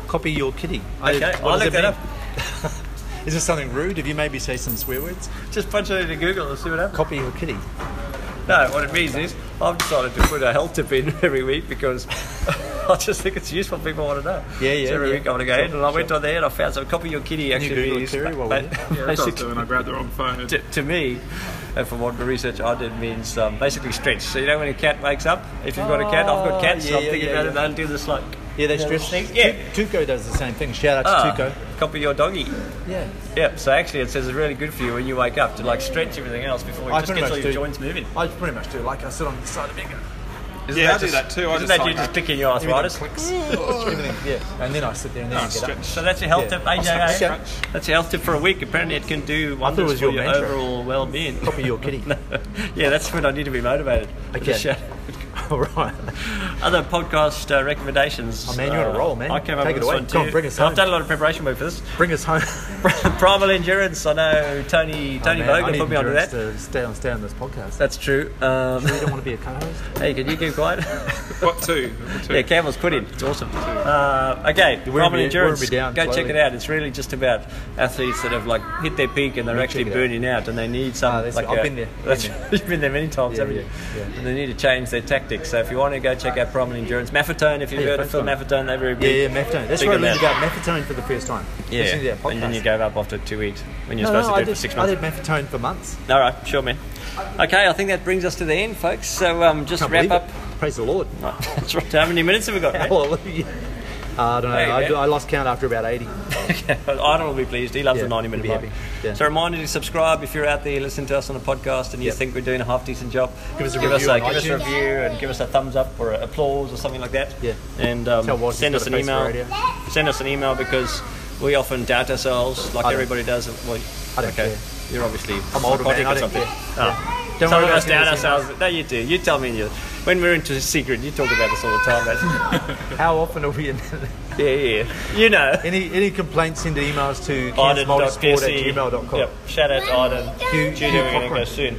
B: copy your kitty.
C: Okay, I'll look that up.
B: is this something rude? Have you maybe say some swear words?
C: Just punch it into Google and see what happens.
B: Copy your kitty.
C: No, what it means is I've decided to put a health tip in every week because I just think it's useful. People want to know.
B: Yeah, yeah,
C: So every
B: yeah.
C: week I want to go
B: Sure,
C: in, and I went on there and I found some copy your kitty
B: Can you
C: actually.
B: Google
C: is
B: Terry
C: ba-
B: while
C: ba-
B: we're
D: Yeah, that's
B: here?
D: what I was
C: basic-
D: doing. I grabbed the wrong phone.
C: to, to me, and from what the research I did, means um, basically stretch. So you know when a cat wakes up, if you've got a cat, I've got cats,
B: Yeah,
C: I'm
B: Oh, yeah,
C: thinking
B: yeah,
C: about it, they'll do this like.
B: Yeah, they
C: you know,
B: stress.
C: this thing. Yeah.
B: Tuco does the same thing. Shout
C: Ah,
B: out to
C: Copy your doggy.
B: Tuco. Yeah.
C: Yep. So actually, it says it's really good for you when you wake up to like stretch everything else before you just get all your joints moving.
B: I pretty much do. Like I sit on the side of it. and go,
C: Isn't
D: Yeah, I
C: that
D: do
C: just-
D: that too. I just
C: Isn't that you
D: like that.
C: just picking your
B: Everything
C: arthritis?
B: clicks. Everything, yeah. And then I sit there and then I get up.
C: So that's your health
B: Yeah.
C: tip,
B: I'll
C: AJ.
B: stretch.
C: eh? That's your health tip for a week. Apparently, it can do
B: I thought it
C: wonders
B: was
C: for
B: your
C: your
B: mantra.
C: overall well-being.
B: Copy your kitty.
C: yeah, that's when I need to be motivated.
B: Okay.
C: Just shout- All right. Other podcast uh, recommendations. uh,
B: Oh, man, you're on a roll, man.
C: I came up
B: Take
C: with
B: it
C: this
B: away.
C: one too.
B: Come on, bring us
C: I've
B: home.
C: done a lot of preparation work for this.
B: Bring us home. Oh,
C: Primal endurance. I know Tony Tony
B: man, I
C: Vogan
B: need
C: put me onto
B: endurance
C: that.
B: To stay on, stay on this podcast.
C: That's true. Um,
B: you don't want to be a co-host.
C: Hey, can you keep quiet?
D: What two? two?
C: Yeah, Campbell's put in. It's awesome. Uh, okay,
B: We're
C: Primal
B: be-
C: Endurance.
B: we're be down
C: Go check
B: slowly.
C: it out. It's really just about athletes that have like hit their peak and they're
B: Yeah,
C: actually
B: check it out. Ah,
C: burning out and they need some.
B: that's-
C: like
B: I've
C: a-
B: been there,
C: That's,
B: been there.
C: you've been there many times,
B: Yeah,
C: haven't you?
B: yeah,
C: And they need to change their tactics. So if you want to go check out Primal Endurance, Maffetone, if you've
B: Yeah,
C: heard of Phil
B: Maffetone.
C: Maffetone, they're very
B: Yeah, yeah,
C: big.
B: methadone. That's
C: big
B: where I
C: on
B: learned
C: that.
B: about methadone for the first time. Listening to
C: Yeah,
B: that podcast.
C: and then you gave up after two weeks when you're
B: no,
C: supposed
B: no,
C: to
B: I
C: do it
B: did,
C: for six
B: I
C: months.
B: did methadone for months.
C: All right, sure, man. Okay, I think that brings us to the end, folks. So um, just
B: Can't
C: wrap
B: believe it.
C: up.
B: Praise the Lord.
C: That's right. How many minutes have we got? mate?
B: Hallelujah. Uh, I don't know.
C: Hey,
B: I,
C: man.
B: I lost count after about 80.
C: Arnold will be pleased. He loves
B: Yeah,
C: the 90 minute
B: he'll
C: mark.
B: be happy. Yeah.
C: So, a reminder to subscribe if you're out there listening to us on a podcast and you think we're doing a half decent job.
B: Give us a
C: Give,
B: review
C: us a,
B: on
C: give us a
B: iTunes.
C: review and give us a thumbs up or a applause or something like that.
B: Yeah.
C: And
B: Tell
C: um,
B: Waz he's
C: send
B: got
C: us
B: a
C: an
B: face for
C: email.
B: radio.
C: Send us an email because we often doubt ourselves, like
B: I don't-
C: everybody does. Well,
B: I don't
C: okay.
B: care.
C: You're obviously
B: I'm older,
C: psychotic
B: man, I
C: or
B: don't
C: something.
B: care.
C: Oh.
B: Don't
C: Some
B: worry
C: of
B: about
C: us doubt
B: sending us emails.
C: ourselves. No, you do. You tell me. You. When we're into a secret, you talk about this all the time. Mate.
B: How often are we in
C: yeah, yeah, yeah. You know.
B: Any any complaints, send emails to
C: Arden.pc.
B: cansmoldersport@gmail.com.
C: E. Yep. Shout out to
B: Hugh-
C: Arden. Judah,
B: Hugh
C: we're going to go
B: Cochran.
C: soon.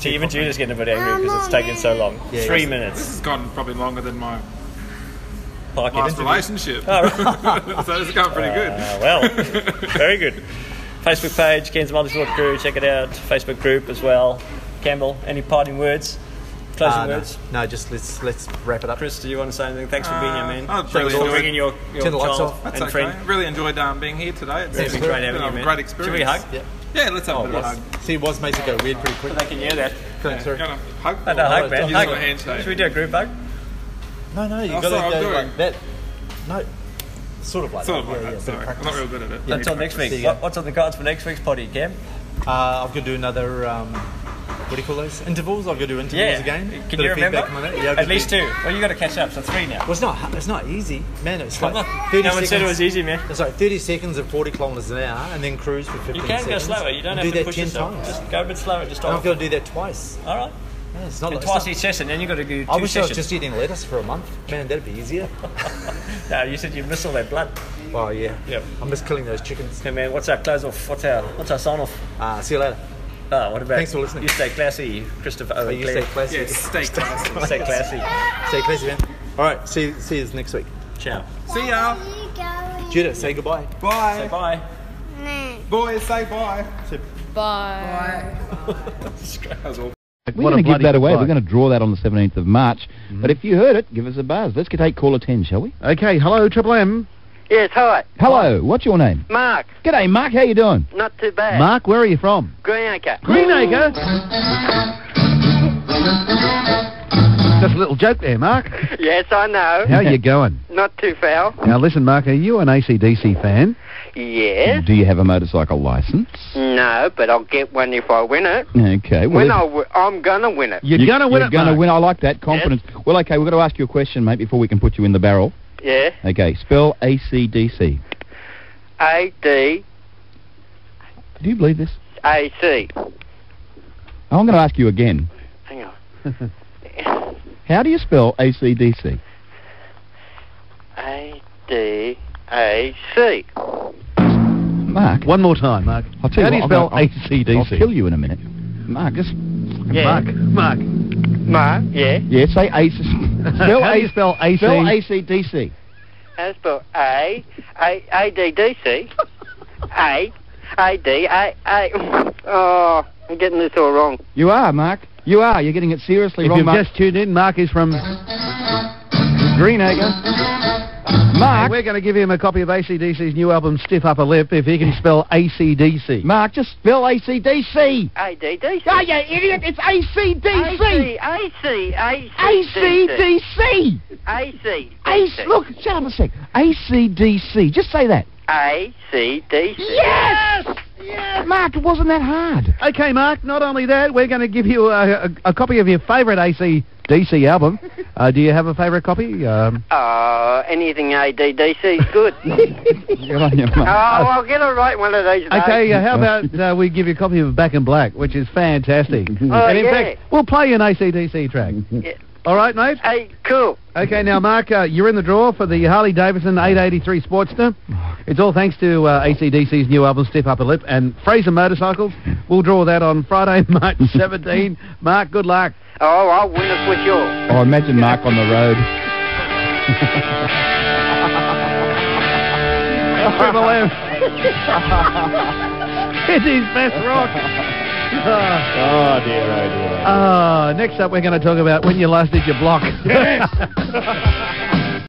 C: See, even Judah's getting a bit angry because it's taken so long.
B: Yeah,
C: Three
B: yeah.
C: minutes.
D: This has gone probably longer than my
C: Like
D: last
C: it.
D: relationship.
C: Oh, right.
D: so this has gone pretty good.
C: Uh, well, very good. Facebook page, Cairns Motorsport Crew. Check it out. Facebook group as well. Campbell, any parting words? Closing
B: Uh, no,
C: words?
B: no, just let's let's wrap it up.
C: Chris, do you want to say anything? Thanks for being here, man.
D: Uh, I've
C: Thanks
D: really
C: for
D: enjoyed-
C: bringing your, your
B: Turn the lights
C: child
B: off.
D: That's
C: and
D: okay.
C: friend.
D: Really enjoyed um, being here today. It's
C: Yeah, it's been great having
D: been a
C: you, man.
D: Great
C: Should we
D: experience.
C: hug? Oh,
B: Yeah.
D: Yeah, let's have a bit of a hug.
B: Oh, See, Waz makes it go weird pretty quick.
C: They can hear that.
B: Come on, sorry.
D: Yeah, hug.
C: No, no, hug, man.
D: Use
C: Hug.
D: your handshake.
C: Should we do a group hug?
B: No, no, you
D: Oh,
B: got to
D: sorry, I'm
B: go
D: doing-
B: like that. No, sort of like
D: Sort of
B: that.
D: like
B: yeah,
D: that,
B: yeah,
D: sorry.
B: bit of
D: I'm not real good at it. Yeah.
C: Until next
B: There
C: week.
B: you go.
C: What, what's on the cards for next week's potty, Cam?
B: Uh, I've got to do another. Um, what do you call those intervals? I've got to do intervals
C: Yeah.
B: again.
C: Can
B: Bit of
C: you remember?
B: feedback on that. Yeah, I've got
C: At
B: to
C: least
B: do-
C: two. Well, you got to catch up. So three now.
B: Well, it's not. It's not easy, man. It's like
C: Come on.
B: 30
C: No one
B: seconds.
C: said it was easy, man.
B: It's like 30 seconds at 40 kilometres an hour, and then cruise for 15
C: You can go
B: seconds.
C: slower. You don't
B: And
C: have
B: do
C: to
B: that
C: push
B: 10
C: yourself.
B: times.
C: Just go a bit slower. Just
B: And I've
C: off.
B: got to do that twice.
C: All right.
B: Man, it's not.
C: And
B: It's
C: twice
B: not
C: each session. Then you got to do two
B: I wish I was
C: sessions.
B: just eating lettuce for a month. Man, that'd be easier.
C: No, you said you miss all that blood.
B: Oh yeah.
C: Yep.
B: I miss killing those chickens.
C: Hey man, what's our close off? What's our what's our sign off?
B: Uh, see you later.
C: Ah, what about?
B: Thanks for listening.
C: You stay classy, Christopher.
B: Oh,
C: Owen
B: you
C: Clare.
B: stay classy.
D: Yeah, stay classy.
C: Stay classy.
B: Stay classy, man. All right. See see you next week.
C: Ciao.
D: See ya.
B: Judah, say goodbye.
D: Bye.
C: Say bye.
D: Boys, say bye.
M: Bye.
D: That was awful.
N: We're going to give that away. We're going to draw that on the 17th of March. But if you heard it, give us a buzz. Let's get take caller 10, shall we? Mm-hmm. Okay, hello, Triple M.
E: Yes, hi.
N: Hello, what's your name?
E: Mark,
N: G'day, Mark. How you doing?
E: not too bad.
N: Mark, where are you from?
E: Greenacre.
N: Greenacre? Just a little joke there, Mark.
E: yes, I know.
N: How you going?
E: Not too foul.
N: Now, listen, Mark, are you an ACDC fan?
E: Yes.
N: Do you have a motorcycle license?
E: No, but I'll get one if I win it.
N: Okay, well...
E: when
N: if-
E: I w- I'm gonna win it.
N: You're gonna win it. You're gonna win. I like that
E: Yes.
N: confidence. Well, okay, we've got to ask you a question, mate, before we can put you in the barrel.
E: Yeah.
N: Okay, spell ACDC.
E: A D
N: Do you believe this? Oh,
E: A C.
N: I'm going to ask you again.
E: Hang on.
N: How do you spell ACDC?
E: A D A C.
N: Mark. One more time, Mark. I'll tell
E: How
N: you what,
E: do you
N: I'll
E: spell
N: go- I'll- I'll kill you in a minute. Mark, just...
E: Yeah.
N: Mark.
E: Mark. Mark. Yeah.
N: Yeah, say AC... spell
E: How do you spell AC?
N: Spell ACDC.
E: How to spell A A A D D C A A D A A. Oh, I'm getting this all wrong.
N: You are, Mark. You are. You're getting it seriously
O: If
N: wrong,
O: you've
N: Mark.
O: just tuned in, Mark is from
N: Greenacre.
O: Mark. we're going to give him a copy of ACDC's new album, Stiff Upper Lip, if he can spell ACDC.
N: Mark, just spell ACDC.
E: A D D C.
N: Oh, you idiot. It's ACDC.
E: A C A C D
N: ACDC.
E: C A C
N: Ace, look, shut up a sec. ACDC. Just say that.
E: A C D C.
N: Yes! Yes! Mark, it wasn't that hard.
O: Okay, Mark, not only that, we're going to give you a, a, a copy of your favourite ACDC album. Uh, do you have a favourite copy? Um,
E: Oh, anything A D D C is good.
N: Get on your
E: oh,
N: mark.
E: I'll get it right one of these days.
O: okay, uh, how about uh, we give you a copy of Back in Black, which is fantastic.
E: Oh,
O: and in
E: yeah.
O: fact, we'll play you an ACDC track.
E: Yeah.
N: All right, mate?
P: Hey, cool.
N: Okay, now, Mark, uh, you're in the draw for the Harley Davidson 883 Sportster. It's all thanks to uh, ACDC's new album, Step Up a Lip, and Fraser Motorcycles. We'll draw that on Friday, March 17. Mark, good luck.
P: Oh, I'll win it with yours.
N: Oh, imagine Mark on the road. Triple M. It's his best rock.
E: Oh, dear, oh, dear.
N: Ah, Uh, next up, we're going to talk about when you last did your block.
E: Yes.